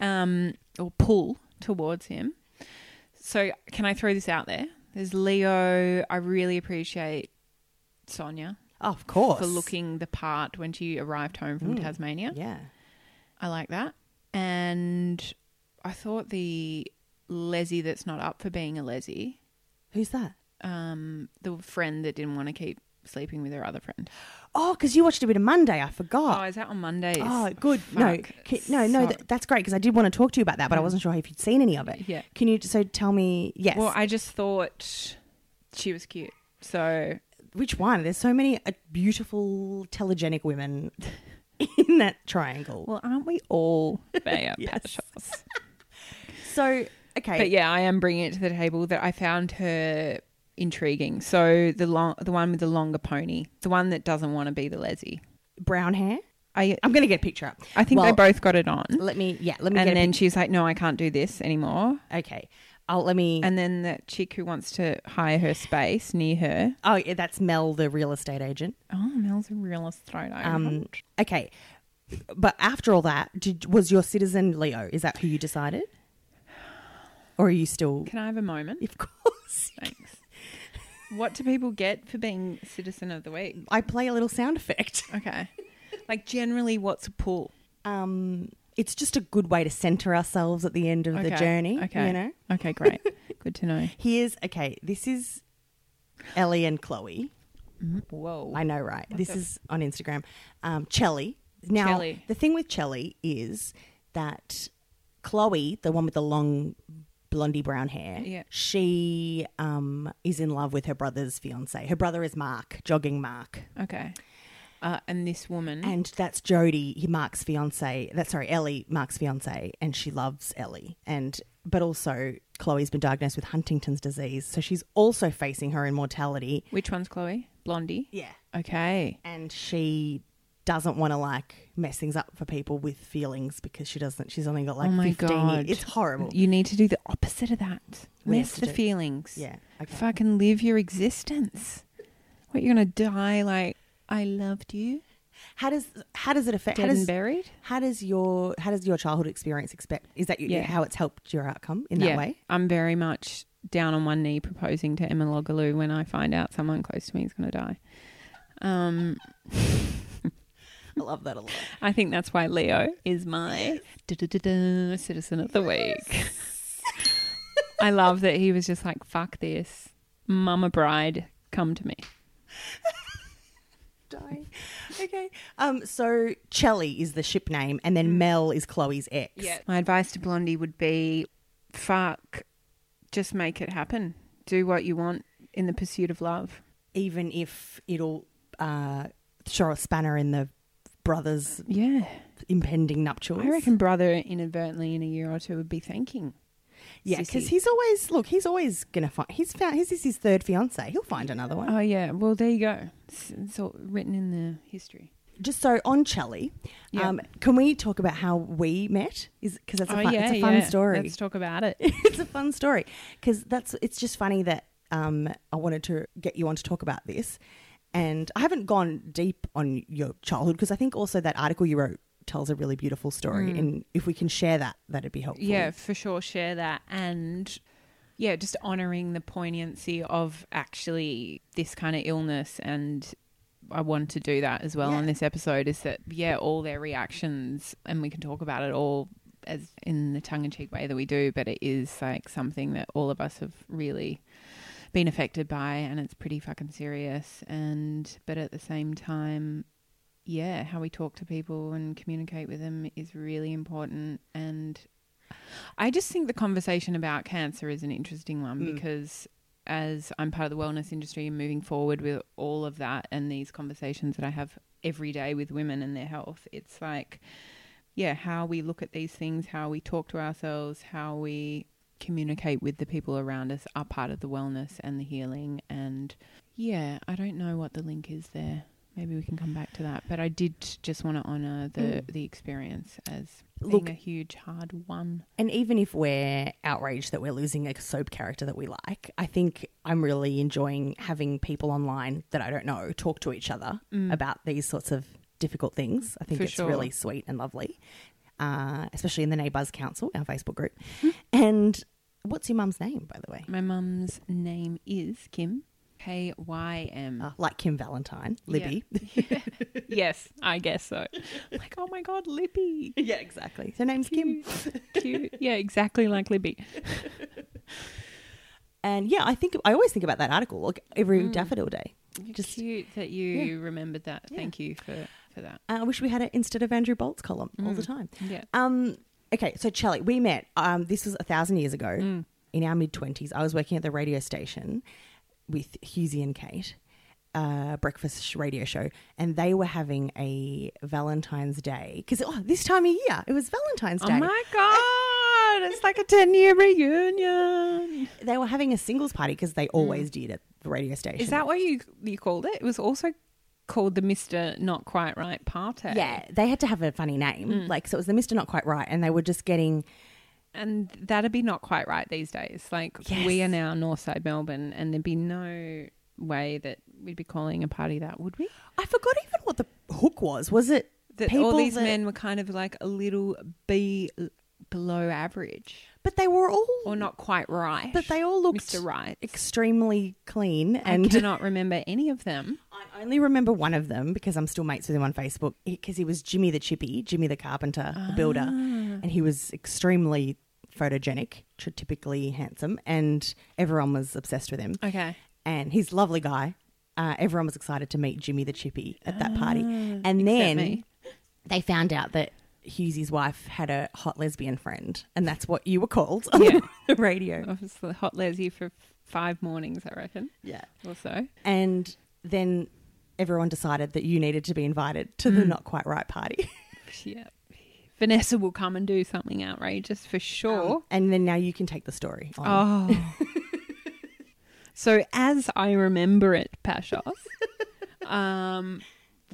Speaker 4: um, or pull towards him. So, can I throw this out there? There's Leo. I really appreciate Sonia
Speaker 3: of course.
Speaker 4: for looking the part when she arrived home from Tasmania.
Speaker 3: Yeah.
Speaker 4: I like that. And I thought the Leslie that's not up for being a Leslie,
Speaker 3: Who's that?
Speaker 4: um, the friend that didn't want to keep sleeping with her other friend.
Speaker 3: Oh, because you watched a bit of Monday. I
Speaker 4: Oh,
Speaker 3: forgot.
Speaker 4: is that on Mondays?
Speaker 3: Oh, good. No,
Speaker 4: Fuck.
Speaker 3: ca- no, no.
Speaker 4: So- Mm.
Speaker 3: That, that's great because I did want to talk to you about that, but I wasn't sure if you'd seen any of it.
Speaker 4: Yeah.
Speaker 3: Can you so tell me? Yes.
Speaker 4: well, I just thought she was cute. So
Speaker 3: Which one? There's so many uh, beautiful, telegenic women in that triangle.
Speaker 4: Well, aren't we all Bea Pashos?
Speaker 3: so okay.
Speaker 4: But yeah, I am bringing it to the table that I found her intriguing. So the long, the one with the longer pony, the one that doesn't want to be the Leslie.
Speaker 3: brown hair.
Speaker 4: I
Speaker 3: I'm gonna get a picture up.
Speaker 4: I think
Speaker 3: Well,
Speaker 4: they both got it on.
Speaker 3: Let me. Yeah. Let me. get
Speaker 4: And
Speaker 3: a
Speaker 4: then
Speaker 3: pic-
Speaker 4: she's like, "No, I can't do this anymore."
Speaker 3: okay. I'll let me.
Speaker 4: And then that chick who wants to hire her space near her.
Speaker 3: oh, yeah, that's Mel, the real estate agent.
Speaker 4: Oh, Mel's a real estate
Speaker 3: Um.
Speaker 4: agent.
Speaker 3: Okay. But after all that, did, was your citizen Leo? Is that who you decided? Or are you still?
Speaker 4: Can I have a moment?
Speaker 3: Of course.
Speaker 4: Thanks. what do people get for being citizen of the week?
Speaker 3: I play a little sound effect.
Speaker 4: Okay. Like generally, what's a pull?
Speaker 3: Um, it's just a good way to center ourselves at the end of the
Speaker 4: Okay,
Speaker 3: journey.
Speaker 4: Okay.
Speaker 3: You know,
Speaker 4: Okay, great. Good to know.
Speaker 3: here's okay. This is Ellie and Chloe.
Speaker 4: Whoa.
Speaker 3: I know, right? this is on Instagram. Um, Chelly. Now,
Speaker 4: Chelly.
Speaker 3: the thing with Chelly is that Chloe, the one with the long blondie brown hair,
Speaker 4: Yeah.
Speaker 3: she um, is in love with her brother's fiance. Her brother is Mark, jogging Mark.
Speaker 4: Okay. Uh, and this woman.
Speaker 3: And that's Jody, he Mark's fiance. That's sorry, Ellie, Mark's fiance, and she loves Ellie. And but also Chloe's been diagnosed with Huntington's disease, so she's also facing her immortality.
Speaker 4: which one's Chloe? Blondie.
Speaker 3: Yeah.
Speaker 4: Okay.
Speaker 3: And she doesn't want to like mess things up for people with feelings because she doesn't she's only got like
Speaker 4: oh my
Speaker 3: 15
Speaker 4: god.
Speaker 3: years. It's horrible.
Speaker 4: You need to do the opposite of that.
Speaker 3: We
Speaker 4: Mess
Speaker 3: have to
Speaker 4: the
Speaker 3: do-
Speaker 4: feelings.
Speaker 3: Yeah, okay.
Speaker 4: Fucking live your existence. What you're gonna die like? I loved you.
Speaker 3: How does how does it affect
Speaker 4: Dead
Speaker 3: how
Speaker 4: and
Speaker 3: does,
Speaker 4: buried?
Speaker 3: How does your how does your childhood experience expect is that you,
Speaker 4: Yeah.
Speaker 3: how it's helped your outcome in that
Speaker 4: yeah.
Speaker 3: way?
Speaker 4: I'm very much down on one knee proposing to Emma Logaloo when I find out someone close to me is gonna die. Um.
Speaker 3: I love that a lot.
Speaker 4: I think that's why Leo is my da-da-da-da citizen of the week. I love that he was just like, fuck this. Mama bride, come to me.
Speaker 3: die. Okay. Um. So Chelly is the ship name, and
Speaker 4: Hmm.
Speaker 3: then Mel is Chloe's ex.
Speaker 4: My advice to Blondie would be fuck, just make it happen. Do what you want in the pursuit of love.
Speaker 3: Even if it'll uh, throw a spanner in the brothers'
Speaker 4: Yeah.
Speaker 3: impending nuptials.
Speaker 4: I reckon brother inadvertently in a year or two would be thanking.
Speaker 3: Yeah,
Speaker 4: Sissy.
Speaker 3: because he's always look. He's always gonna find. He's found. His is his third fiance. He'll find another one.
Speaker 4: Oh, yeah. Well, there you go. It's, it's all written in the history.
Speaker 3: Just so on Chelly.
Speaker 4: Yeah.
Speaker 3: Um. Can we talk about how we met? Is because that's a
Speaker 4: oh,
Speaker 3: fun,
Speaker 4: yeah.
Speaker 3: it's a fun
Speaker 4: yeah.
Speaker 3: story.
Speaker 4: Let's talk about it.
Speaker 3: it's a fun story because that's it's just funny that um, I wanted to get you on to talk about this, and I haven't gone deep on your childhood because I think also that article you wrote tells a really beautiful story, and if we can share that, that'd be helpful.
Speaker 4: Yeah, for sure. Share that. And yeah, just honoring the poignancy of actually this kind of illness. And I want to do that as well on this episode is that, yeah, all their reactions, and we can talk about it all as in the tongue in cheek way that we do, but it is like something that all of us have really been affected by and it's pretty fucking serious and but at the same time yeah how we talk to people and communicate with them is really important and I just think the conversation about cancer is an interesting one because as I'm part of the wellness industry and moving forward with all of that and these conversations that I have every day with women and their health, it's like, yeah, how we look at these things, how we talk to ourselves, how we communicate with the people around us are part of the wellness and the healing. And yeah, I don't know what the link is there. Maybe we can come back to that. But I did just want to honour the, the experience as being
Speaker 3: Look-
Speaker 4: a huge, hard one.
Speaker 3: And even if we're outraged that we're losing a soap character that we like, I think I'm really enjoying having people online that I don't know talk to each other about these sorts of difficult things. I think
Speaker 4: Mm. For
Speaker 3: it's
Speaker 4: sure.
Speaker 3: really sweet and lovely, uh, especially in the Neighbours Council, our Facebook group.
Speaker 4: Hmm.
Speaker 3: and what's your mum's name, by the way?
Speaker 4: My mum's name is Kim. K Y M.
Speaker 3: Uh, like Kim Valentine, Libby.
Speaker 4: Yes, I guess so. like, oh my God, Libby.
Speaker 3: yeah exactly. Her name's Kim.
Speaker 4: Cute. Yeah, exactly like Libby.
Speaker 3: And yeah, I think I always think about that article. Like every
Speaker 4: Mm.
Speaker 3: daffodil day. Just
Speaker 4: Cute that you remembered that. Thank you for, for that.
Speaker 3: I wish we had it instead of Andrew Bolt's column all the time.
Speaker 4: Mm. Yeah.
Speaker 3: Um. Okay. So Chelly, we met. Um. This was a thousand years ago.
Speaker 4: Mm.
Speaker 3: In our mid twenties, I was working at the radio station with Husey and Kate, uh, breakfast sh- radio show, and they were having a Valentine's Day because oh, this time of year it was Valentine's Day.
Speaker 4: Oh my God. It's like a 10 year reunion. Mm.
Speaker 3: They were having a singles party because they always did at the radio station.
Speaker 4: Is that what you, you called it? It was also called the Mr. Not Quite Right Party.
Speaker 3: Yeah, they had to have a funny name.
Speaker 4: Mm.
Speaker 3: Like, so it was the Mister Not Quite Right, and they were just getting
Speaker 4: And that'd be not quite right these days. Like, we are now Northside Melbourne, and there'd be no way that we'd be calling a party that, would we?
Speaker 3: I forgot even what the hook was. Was it
Speaker 4: That all these men were kind of like a little be below average
Speaker 3: But they were all.
Speaker 4: or not quite right.
Speaker 3: but they all looked
Speaker 4: Mr. Right.
Speaker 3: extremely clean, and
Speaker 4: I cannot remember any of them.
Speaker 3: I only remember one of them because I'm still mates with him on Facebook because he was Jimmy the Chippy, Jimmy the Carpenter,
Speaker 4: Ah.
Speaker 3: the builder, and he was extremely photogenic, tr- typically handsome, and everyone was obsessed with him.
Speaker 4: Okay.
Speaker 3: and he's a lovely guy. Uh, everyone was excited to meet Jimmy the Chippy at that party, and then
Speaker 4: Ah, me.
Speaker 3: they found out that Hughesy's wife had a hot lesbian friend, and that's what you were called on
Speaker 4: Yeah.
Speaker 3: the radio.
Speaker 4: I was the hot lesbian for five mornings, I reckon,
Speaker 3: Yeah,
Speaker 4: or so.
Speaker 3: and then everyone decided that you needed to be invited to the
Speaker 4: Hmm.
Speaker 3: not quite right party,
Speaker 4: Yeah. Vanessa will come and do something outrageous for sure.
Speaker 3: Um, and then now you can take the story. On.
Speaker 4: oh. so as I remember it, Pashos, um,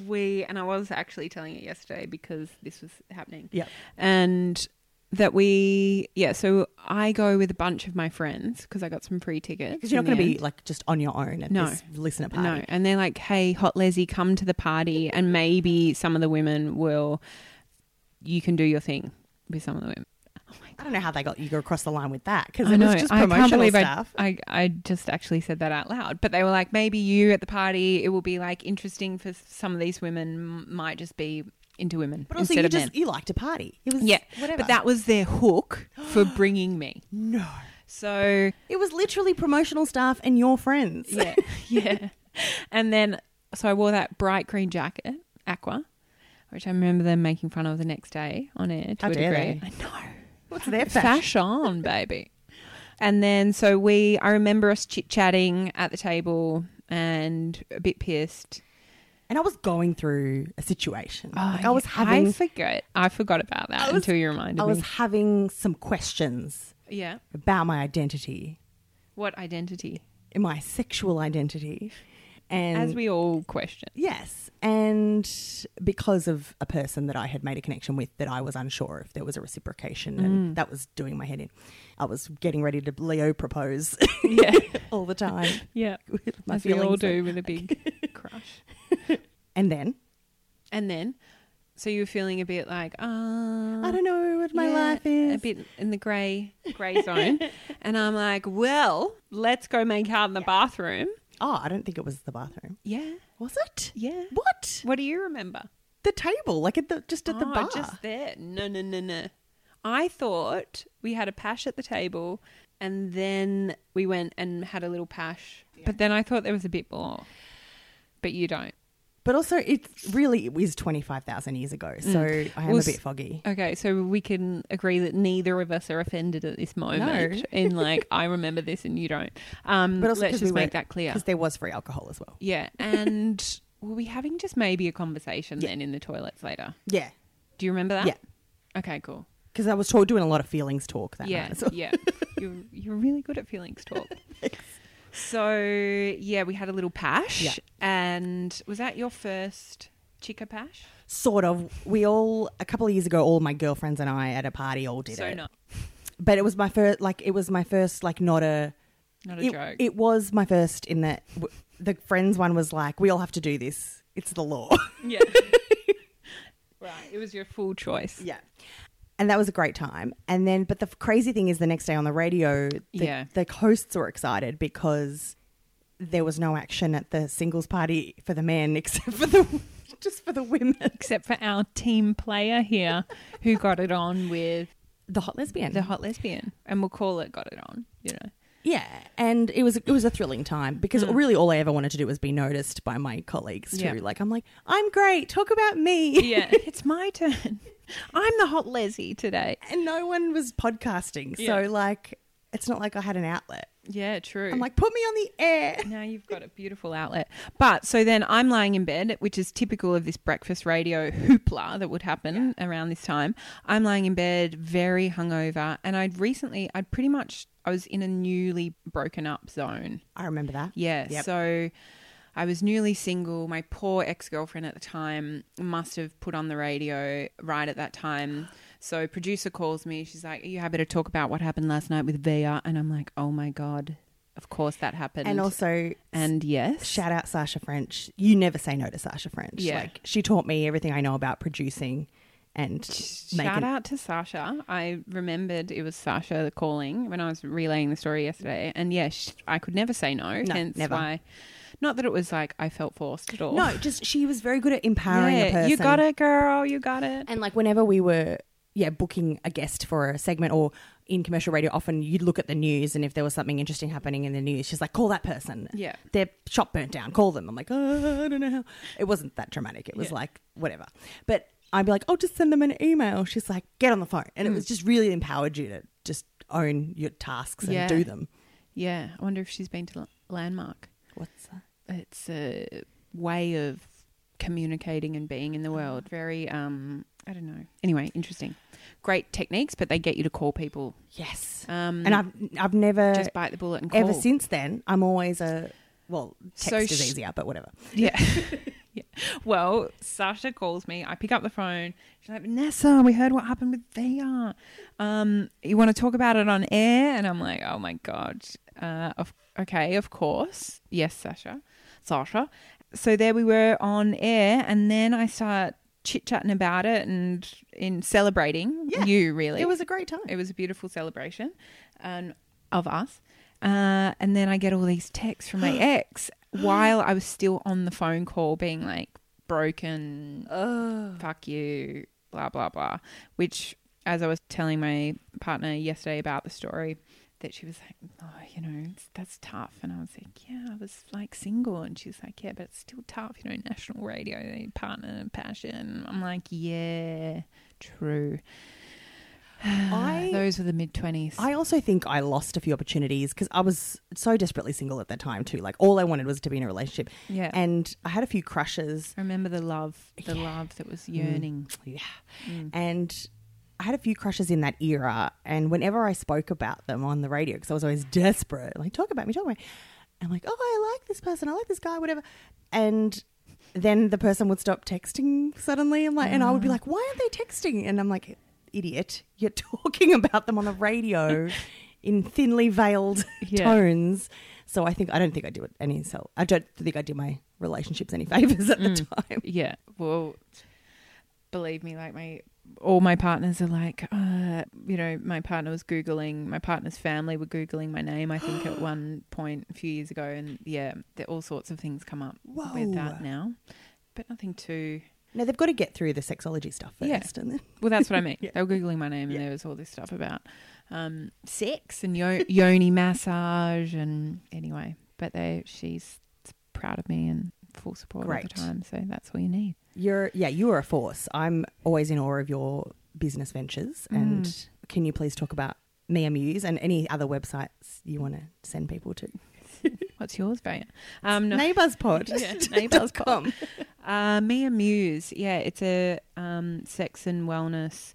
Speaker 4: we and I was actually telling it yesterday because this was happening.
Speaker 3: Yeah.
Speaker 4: And that we yeah, so I go with a bunch of my friends because I got some free tickets.
Speaker 3: Because you're
Speaker 4: in
Speaker 3: not going
Speaker 4: the
Speaker 3: to be
Speaker 4: end.
Speaker 3: like just on your own at
Speaker 4: No.
Speaker 3: this listener party.
Speaker 4: No, and they're like, "Hey, hot Leslie, come to the party, and maybe some of the women will. You can do your thing with some of the women." Oh
Speaker 3: I
Speaker 4: my god!
Speaker 3: don't know how they got you across the line with that because
Speaker 4: I
Speaker 3: it
Speaker 4: know.
Speaker 3: was just
Speaker 4: I
Speaker 3: promotional
Speaker 4: can't believe I,
Speaker 3: stuff.
Speaker 4: I I just actually said that out loud. But they were like, "Maybe you at the party, it will be like interesting for some of these women. m- Might just be into women
Speaker 3: But also,
Speaker 4: instead
Speaker 3: you
Speaker 4: of men."
Speaker 3: just you like to party. It was
Speaker 4: yeah,
Speaker 3: whatever.
Speaker 4: but that was their hook for bringing me. No. So
Speaker 3: it was literally promotional stuff and your friends.
Speaker 4: Yeah, yeah. And then, so I wore that bright green jacket, aqua, which I remember them making fun of the next day on air. To
Speaker 3: How
Speaker 4: a
Speaker 3: dare
Speaker 4: degree.
Speaker 3: they.
Speaker 4: I know
Speaker 3: What's their fashion?
Speaker 4: fashion, baby. And then, so we, I remember us chit chatting at the table and a bit pissed.
Speaker 3: And I was going through a situation. Oh, Like, I
Speaker 4: Oh, yeah.
Speaker 3: was having.
Speaker 4: I forget. I forgot about that
Speaker 3: was-
Speaker 4: until you reminded
Speaker 3: I was
Speaker 4: me.
Speaker 3: having some questions
Speaker 4: Yeah.
Speaker 3: about my identity,
Speaker 4: What identity?
Speaker 3: my sexual identity, and
Speaker 4: As we all question.
Speaker 3: yes, and because of a person that I had made a connection with that I was unsure if there was a reciprocation,
Speaker 4: Mm.
Speaker 3: and that was doing my head in. I was getting ready to Leo propose
Speaker 4: Yeah.
Speaker 3: all the time.
Speaker 4: Yeah.
Speaker 3: With my
Speaker 4: As we all
Speaker 3: feelings, like-
Speaker 4: do with a big crush.
Speaker 3: And then
Speaker 4: And then, so you were feeling a bit like, ah,
Speaker 3: I don't know what my
Speaker 4: yeah,
Speaker 3: life is.
Speaker 4: A bit in the grey grey zone. and I'm like, well, let's go make out in the bathroom.
Speaker 3: Oh, I don't think it was the bathroom.
Speaker 4: Yeah,
Speaker 3: Was it?
Speaker 4: yeah.
Speaker 3: What?
Speaker 4: What do you remember?
Speaker 3: The table, like at the just at the
Speaker 4: Oh,
Speaker 3: bar.
Speaker 4: just there. No, no, no, no. I thought we had a pash at the table, and then we went and had a little pash. But then I thought there was a bit more. But you don't.
Speaker 3: But also, it's really it was twenty five thousand years ago,
Speaker 4: Mm.
Speaker 3: so I am
Speaker 4: Well,
Speaker 3: a bit
Speaker 4: s-
Speaker 3: foggy.
Speaker 4: Okay, so we can agree that neither of us are offended at this moment. In like, I remember this and you don't. Um,
Speaker 3: But also,
Speaker 4: let's just make that clear.
Speaker 3: because there was free alcohol as well.
Speaker 4: Yeah, and we'll be having just maybe a conversation then in the toilets later.
Speaker 3: Yeah,
Speaker 4: Do you remember that?
Speaker 3: Yeah.
Speaker 4: Okay, cool.
Speaker 3: because I was talk, doing a lot of feelings talk that
Speaker 4: Yeah,
Speaker 3: night. as well.
Speaker 4: yeah. You're you're really good at feelings talk. so yeah, we had a little pash,
Speaker 3: Yeah.
Speaker 4: and was that your first chica pash?
Speaker 3: Sort of. We all a couple of years ago, all my girlfriends and I at a party all did
Speaker 4: So
Speaker 3: it.
Speaker 4: not
Speaker 3: But it was my first, like it was my first, like not a
Speaker 4: not a
Speaker 3: it,
Speaker 4: joke.
Speaker 3: It was my first in that w- the friends one was like, we all have to do this. It's the law.
Speaker 4: yeah. right. It was your full choice.
Speaker 3: yeah. And that was a great time. And then, but the f- crazy thing is, the next day on the radio, the,
Speaker 4: Yeah.
Speaker 3: the hosts were excited because there was no action at the singles party for the men except for the just for the women.
Speaker 4: Except for our team player here who got it on with
Speaker 3: The hot lesbian.
Speaker 4: the hot lesbian. And we'll call it got it on, you know.
Speaker 3: Yeah, and it was it was a thrilling time because really all I ever wanted to do was be noticed by my colleagues too.
Speaker 4: Mm. Yeah.
Speaker 3: Like I'm like I'm great, talk about me,
Speaker 4: Yeah. it's my turn. I'm the hot Leslie today.
Speaker 3: and no one was podcasting,
Speaker 4: Yeah.
Speaker 3: so like it's not like I had an outlet.
Speaker 4: Yeah, true.
Speaker 3: I'm like put me on the air.
Speaker 4: now you've got a beautiful outlet. But so then I'm lying in bed, which is typical of this breakfast radio hoopla that would happen around this time. I'm lying in bed, very hungover, and I'd recently, I'd pretty much, I was in a newly broken up zone.
Speaker 3: I remember that.
Speaker 4: Yeah.
Speaker 3: Yep.
Speaker 4: So I was newly single. My poor ex girlfriend at the time must have put on the radio right at that time. So producer calls me. She's like, "Are you happy to talk about what happened last night with Via?" And I'm like, "Oh my god, of course that happened."
Speaker 3: and also
Speaker 4: and yes,
Speaker 3: shout out Sasha French. You never say no to Sasha French.
Speaker 4: Yeah.
Speaker 3: Like she taught me everything I know about producing and
Speaker 4: Shout
Speaker 3: making.
Speaker 4: out to Sasha. I remembered it was Sasha calling when I was relaying the story yesterday. And yeah, sh I could never say no.
Speaker 3: No,
Speaker 4: hence
Speaker 3: never.
Speaker 4: why. Not that it was like I felt forced at all.
Speaker 3: No, just she was very good at empowering a
Speaker 4: yeah,
Speaker 3: person.
Speaker 4: you got it, girl. You got it.
Speaker 3: And like whenever we were yeah, booking a guest for a segment or in commercial radio, often you'd look at the news and if there was something interesting happening in the news, she's like, Call that person.
Speaker 4: Yeah.
Speaker 3: Their shop burnt down, call them. I'm like, oh, I don't know how it wasn't that dramatic. It was like whatever. But I'd be like, I'll just send them an email. She's like, get on the phone.
Speaker 4: Mm.
Speaker 3: And it was just really empowered you to just own your tasks and
Speaker 4: Yeah.
Speaker 3: do them.
Speaker 4: Yeah, I wonder if she's been to L- Landmark.
Speaker 3: What's that?
Speaker 4: It's a way of communicating and being
Speaker 3: Mm.
Speaker 4: in the world. Very, um, I don't know. Anyway, interesting. Great techniques, but they get you to call people.
Speaker 3: Yes.
Speaker 4: Um,
Speaker 3: and I've I've never
Speaker 4: Just bite the bullet and call.
Speaker 3: ever since then, I'm always a well, text
Speaker 4: So
Speaker 3: is
Speaker 4: sh-
Speaker 3: easier, but whatever.
Speaker 4: Yeah. yeah. Well, Sasha calls me. I pick up the phone. She's like, Vanessa, we heard what happened with VR. Um, you want to talk about it on air? And I'm like, oh my God. Uh, of, okay, of course. Yes, Sasha. Sasha. So there we were on air. And then I start chit chatting about it and in celebrating you, really.
Speaker 3: It was a great time.
Speaker 4: It was a beautiful celebration um, of us. Uh, and then I get all these texts from my ex while I was still on the phone call being like, broken, fuck you, blah, blah, blah. Which, as I was telling my partner yesterday about the story, that she was like, oh, you know, it's, that's tough. And I was like, yeah, I was like single. And she was like, yeah, but it's still tough. You know, national radio, they need partner and passion. I'm like, yeah, true.
Speaker 3: I
Speaker 4: Those were the mid 20s.
Speaker 3: I also think I lost a few opportunities because I was so desperately single at that time too. Like all I wanted was to be in a relationship.
Speaker 4: Yeah.
Speaker 3: And I had a few crushes.
Speaker 4: I remember the love, the love that was yearning.
Speaker 3: Yeah. And I had a few crushes in that era. And whenever I spoke about them on the radio, because I was always desperate, like talk about me, talk about me. I'm like, oh, I like this person, I like this guy, whatever. And then the person would stop texting suddenly. I'm like, and I would be like, why aren't they texting? And I'm like, idiot, you're talking about them on the radio in thinly veiled
Speaker 4: Yeah.
Speaker 3: tones. So I think I don't think I do it any so I don't think I do my relationships any favors at the time.
Speaker 4: Yeah. Well, believe me, like my all my partners are like, uh, you know, my partner was googling, my partner's family were googling my name. I think at one point a few years ago, and yeah, there, all sorts of things come up with that now, but nothing too.
Speaker 3: No, they've got to get through the sexology stuff first,
Speaker 4: Yeah.
Speaker 3: and then
Speaker 4: Well, that's what I mean. They were googling my name, and there was all this stuff about um, sex and yo- yoni massage, and anyway. But they, she's proud of me and full support all
Speaker 3: Great.
Speaker 4: the time. So that's all you need.
Speaker 3: You're yeah, you are a force. I'm always in awe of your business ventures.
Speaker 4: Mm.
Speaker 3: And can you please talk about Mia Muse and any other websites you want to send people to?
Speaker 4: What's yours, Vaya? Um, no.
Speaker 3: Neighbourspod.
Speaker 4: Yeah, neighbourspod. Uh, Mia Muse. Yeah, it's a um, sex and wellness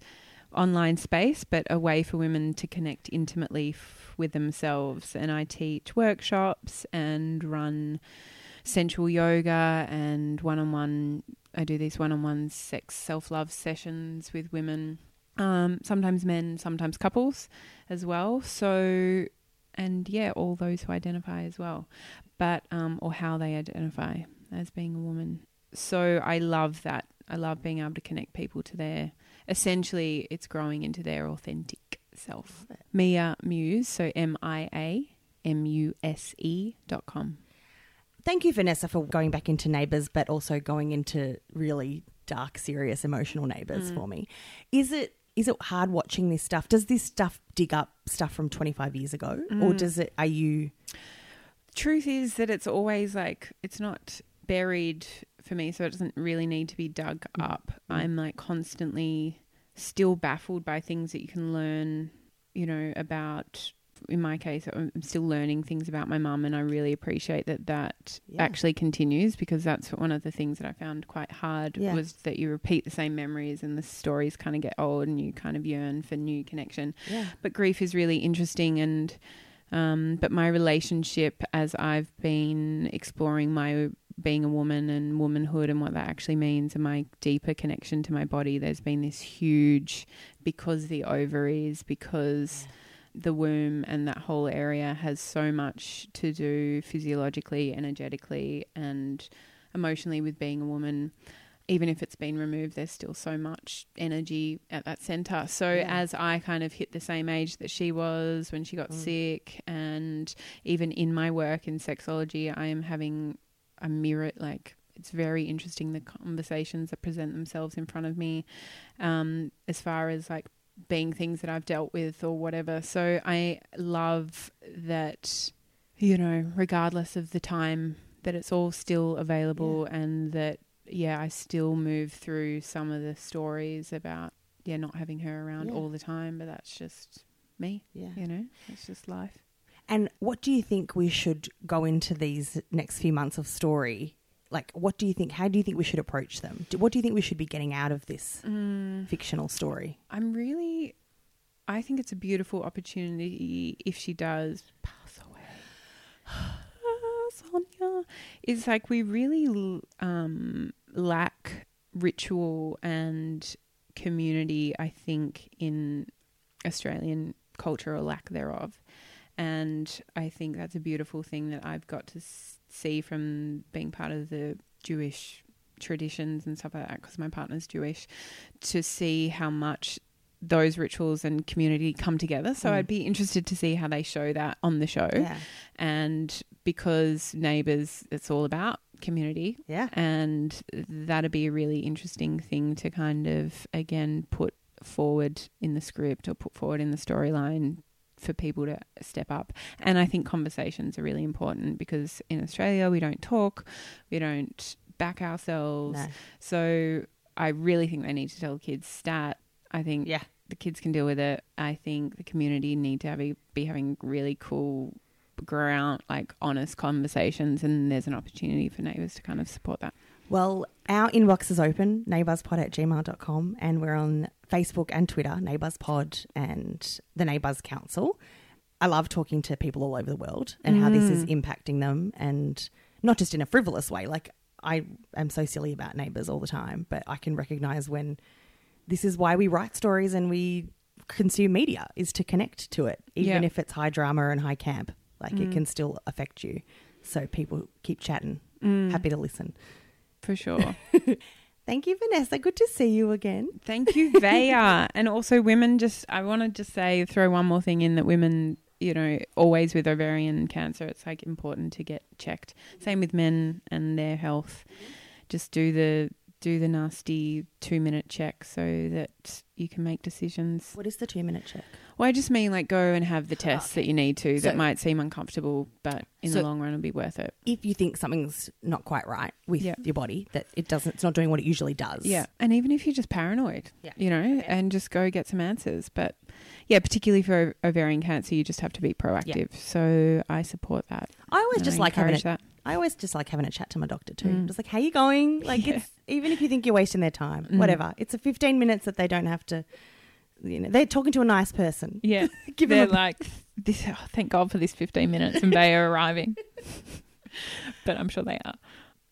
Speaker 4: online space, but a way for women to connect intimately f- with themselves. And I teach workshops and run sensual yoga and one on one. I do these one on one sex self love sessions with women, um, sometimes men, sometimes couples as well. So, and yeah, all those who identify as well, but um, or how they identify as being a woman. So I love that. I love being able to connect people to their essentially it's growing into their authentic self. Mia Muse, so M I A M U S E dot com.
Speaker 3: Thank you, Vanessa, for going back into Neighbours, but also going into really dark, serious, emotional
Speaker 4: Mm.
Speaker 3: Neighbours for me. Is it is it hard watching this stuff? Does this stuff dig up stuff from twenty five years ago,
Speaker 4: Mm.
Speaker 3: or does it? Are you
Speaker 4: truth is that it's always like it's not buried for me, so it doesn't really need to be dug up. I'm like constantly still baffled by things that you can learn, you know, about. In my case, I'm I'm still learning things about my mum, and I really appreciate that that actually continues because that's one of the things that I found quite hard
Speaker 3: Yeah.
Speaker 4: was that you repeat the same memories and the stories kind of get old and you kind of yearn for new connection. But grief is really interesting and um, but my relationship as I've been exploring my being a woman and womanhood and what that actually means and my deeper connection to my body, there's been this huge because the ovaries, because the womb and that whole area has so much to do physiologically, energetically, and emotionally with being a woman. Even if it's been removed, there's still so much energy at that center. So, as I kind of hit the same age that she was when she got sick, and even in my work in sexology, I am having a mirror like it's very interesting the conversations that present themselves in front of me um as far as like being things that I've dealt with or whatever so I love that you know regardless of the time that it's all still available and that yeah I still move through some of the stories about yeah not having her around
Speaker 3: Yeah.
Speaker 4: all the time but that's just me
Speaker 3: Yeah.
Speaker 4: you know it's just life
Speaker 3: And what do you think we should go into these next few months of story? Like, what do you think? How do you think we should approach them? Do, what do you think we should be getting out of this fictional story?
Speaker 4: I'm really, I think it's a beautiful opportunity if she does pass away. Sonia, it's like we really l- um, lack ritual and community. I think in Australian culture or lack thereof, and I think that's a beautiful thing that I've got to s- see from being part of the Jewish traditions and stuff like that because my partner's Jewish to see how much those rituals and community come together. So I'd be interested to see how they show that on the show.
Speaker 3: Yeah.
Speaker 4: And because neighbors, it's all about community.
Speaker 3: Yeah.
Speaker 4: And that'd be a really interesting thing to kind of, again, put forward in the script or put forward in the storyline for people to step up. And I think conversations are really important because in Australia, we don't talk, we don't back ourselves.
Speaker 3: No.
Speaker 4: So I really think they need to tell kids stat. I think
Speaker 3: Yeah.
Speaker 4: the kids can deal with it. I think the community need to have a, be having really cool ground like honest conversations and there's an opportunity for neighbors to kind of support that.
Speaker 3: Well, our inbox is open, neighbourspod at gmail.com, and we're on Facebook and Twitter, neighbourspod and the Neighbours Council. I love talking to people all over the world and how this is impacting them, and not just in a frivolous way. Like, I am so silly about neighbours all the time, but I can recognise when this is why we write stories and we consume media is to connect to it, even
Speaker 4: Yeah.
Speaker 3: if it's high drama and high camp. Like, it can still affect you. So, people keep chatting. Happy to listen.
Speaker 4: For sure.
Speaker 3: Thank you, Vanessa. Good to see you again.
Speaker 4: Thank you, Vaya. and also, women just, I want to just say, throw one more thing in that women, you know, always with ovarian cancer, it's like important to get checked. Same with men and their health. Just do the, do the nasty two minute check so that you can make decisions.
Speaker 3: What is the two minute check?
Speaker 4: Well, I just mean like go and have the tests that you need to that
Speaker 3: So-
Speaker 4: might seem uncomfortable, but in
Speaker 3: So-
Speaker 4: the long run, it'll be worth it.
Speaker 3: If you think something's not quite right with
Speaker 4: Yeah.
Speaker 3: your body, that it doesn't, it's not doing what it usually does.
Speaker 4: Yeah. And even if you're just paranoid,
Speaker 3: Yeah.
Speaker 4: you know, and just go get some answers. But yeah, particularly for ovarian cancer, you just have to be proactive. So I support that.
Speaker 3: I always
Speaker 4: And
Speaker 3: just
Speaker 4: I
Speaker 3: like having a,
Speaker 4: encourage that.
Speaker 3: I always just like having a chat to my doctor too. Just like, how you going? Like, it's even if you think you're wasting their time, whatever. It's a 15 minutes that they don't have to. You know, they're talking to a nice person.
Speaker 4: Yeah.
Speaker 3: Give 'em
Speaker 4: They're
Speaker 3: a-
Speaker 4: like, this, oh, thank God for this 15 minutes and they are arriving. but I'm sure they are.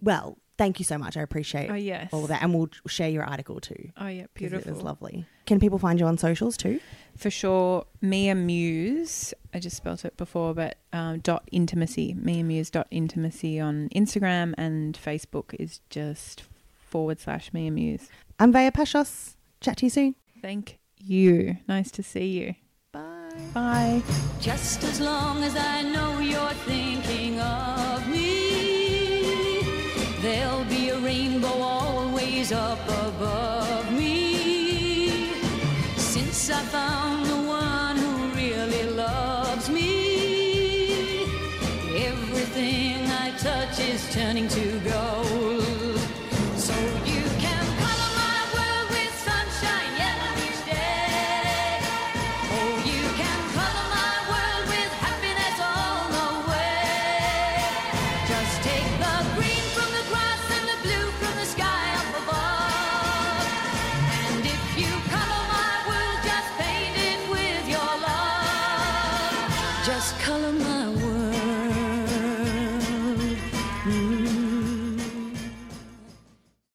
Speaker 3: Well, thank you so much. I appreciate
Speaker 4: Oh, yes.
Speaker 3: all of that, and we'll share your article too.
Speaker 4: Oh, yeah.
Speaker 3: 'cause
Speaker 4: Beautiful.
Speaker 3: It was lovely. Can people find you on socials too?
Speaker 4: for sure Mia Muse. I just spelt it before, but um, dot intimacy. Mia Muse dot intimacy on Instagram and Facebook is just forward slash Mia Muse.
Speaker 3: I'm Vaya Pashos. Chat to you soon.
Speaker 4: Thank you. Nice to see you. Bye. Bye.
Speaker 5: Just as long as I know you're thinking of me.
Speaker 10: is up above me. Since I found the one who really loves me, everything I touch is turning to gold. So you can color my world with sunshine, yellow each day. Oh, you can color my world with happiness all the way. Just take the green from the grass and the blue from the sky up above. And if you color my world, just paint it with your love. Just color my world.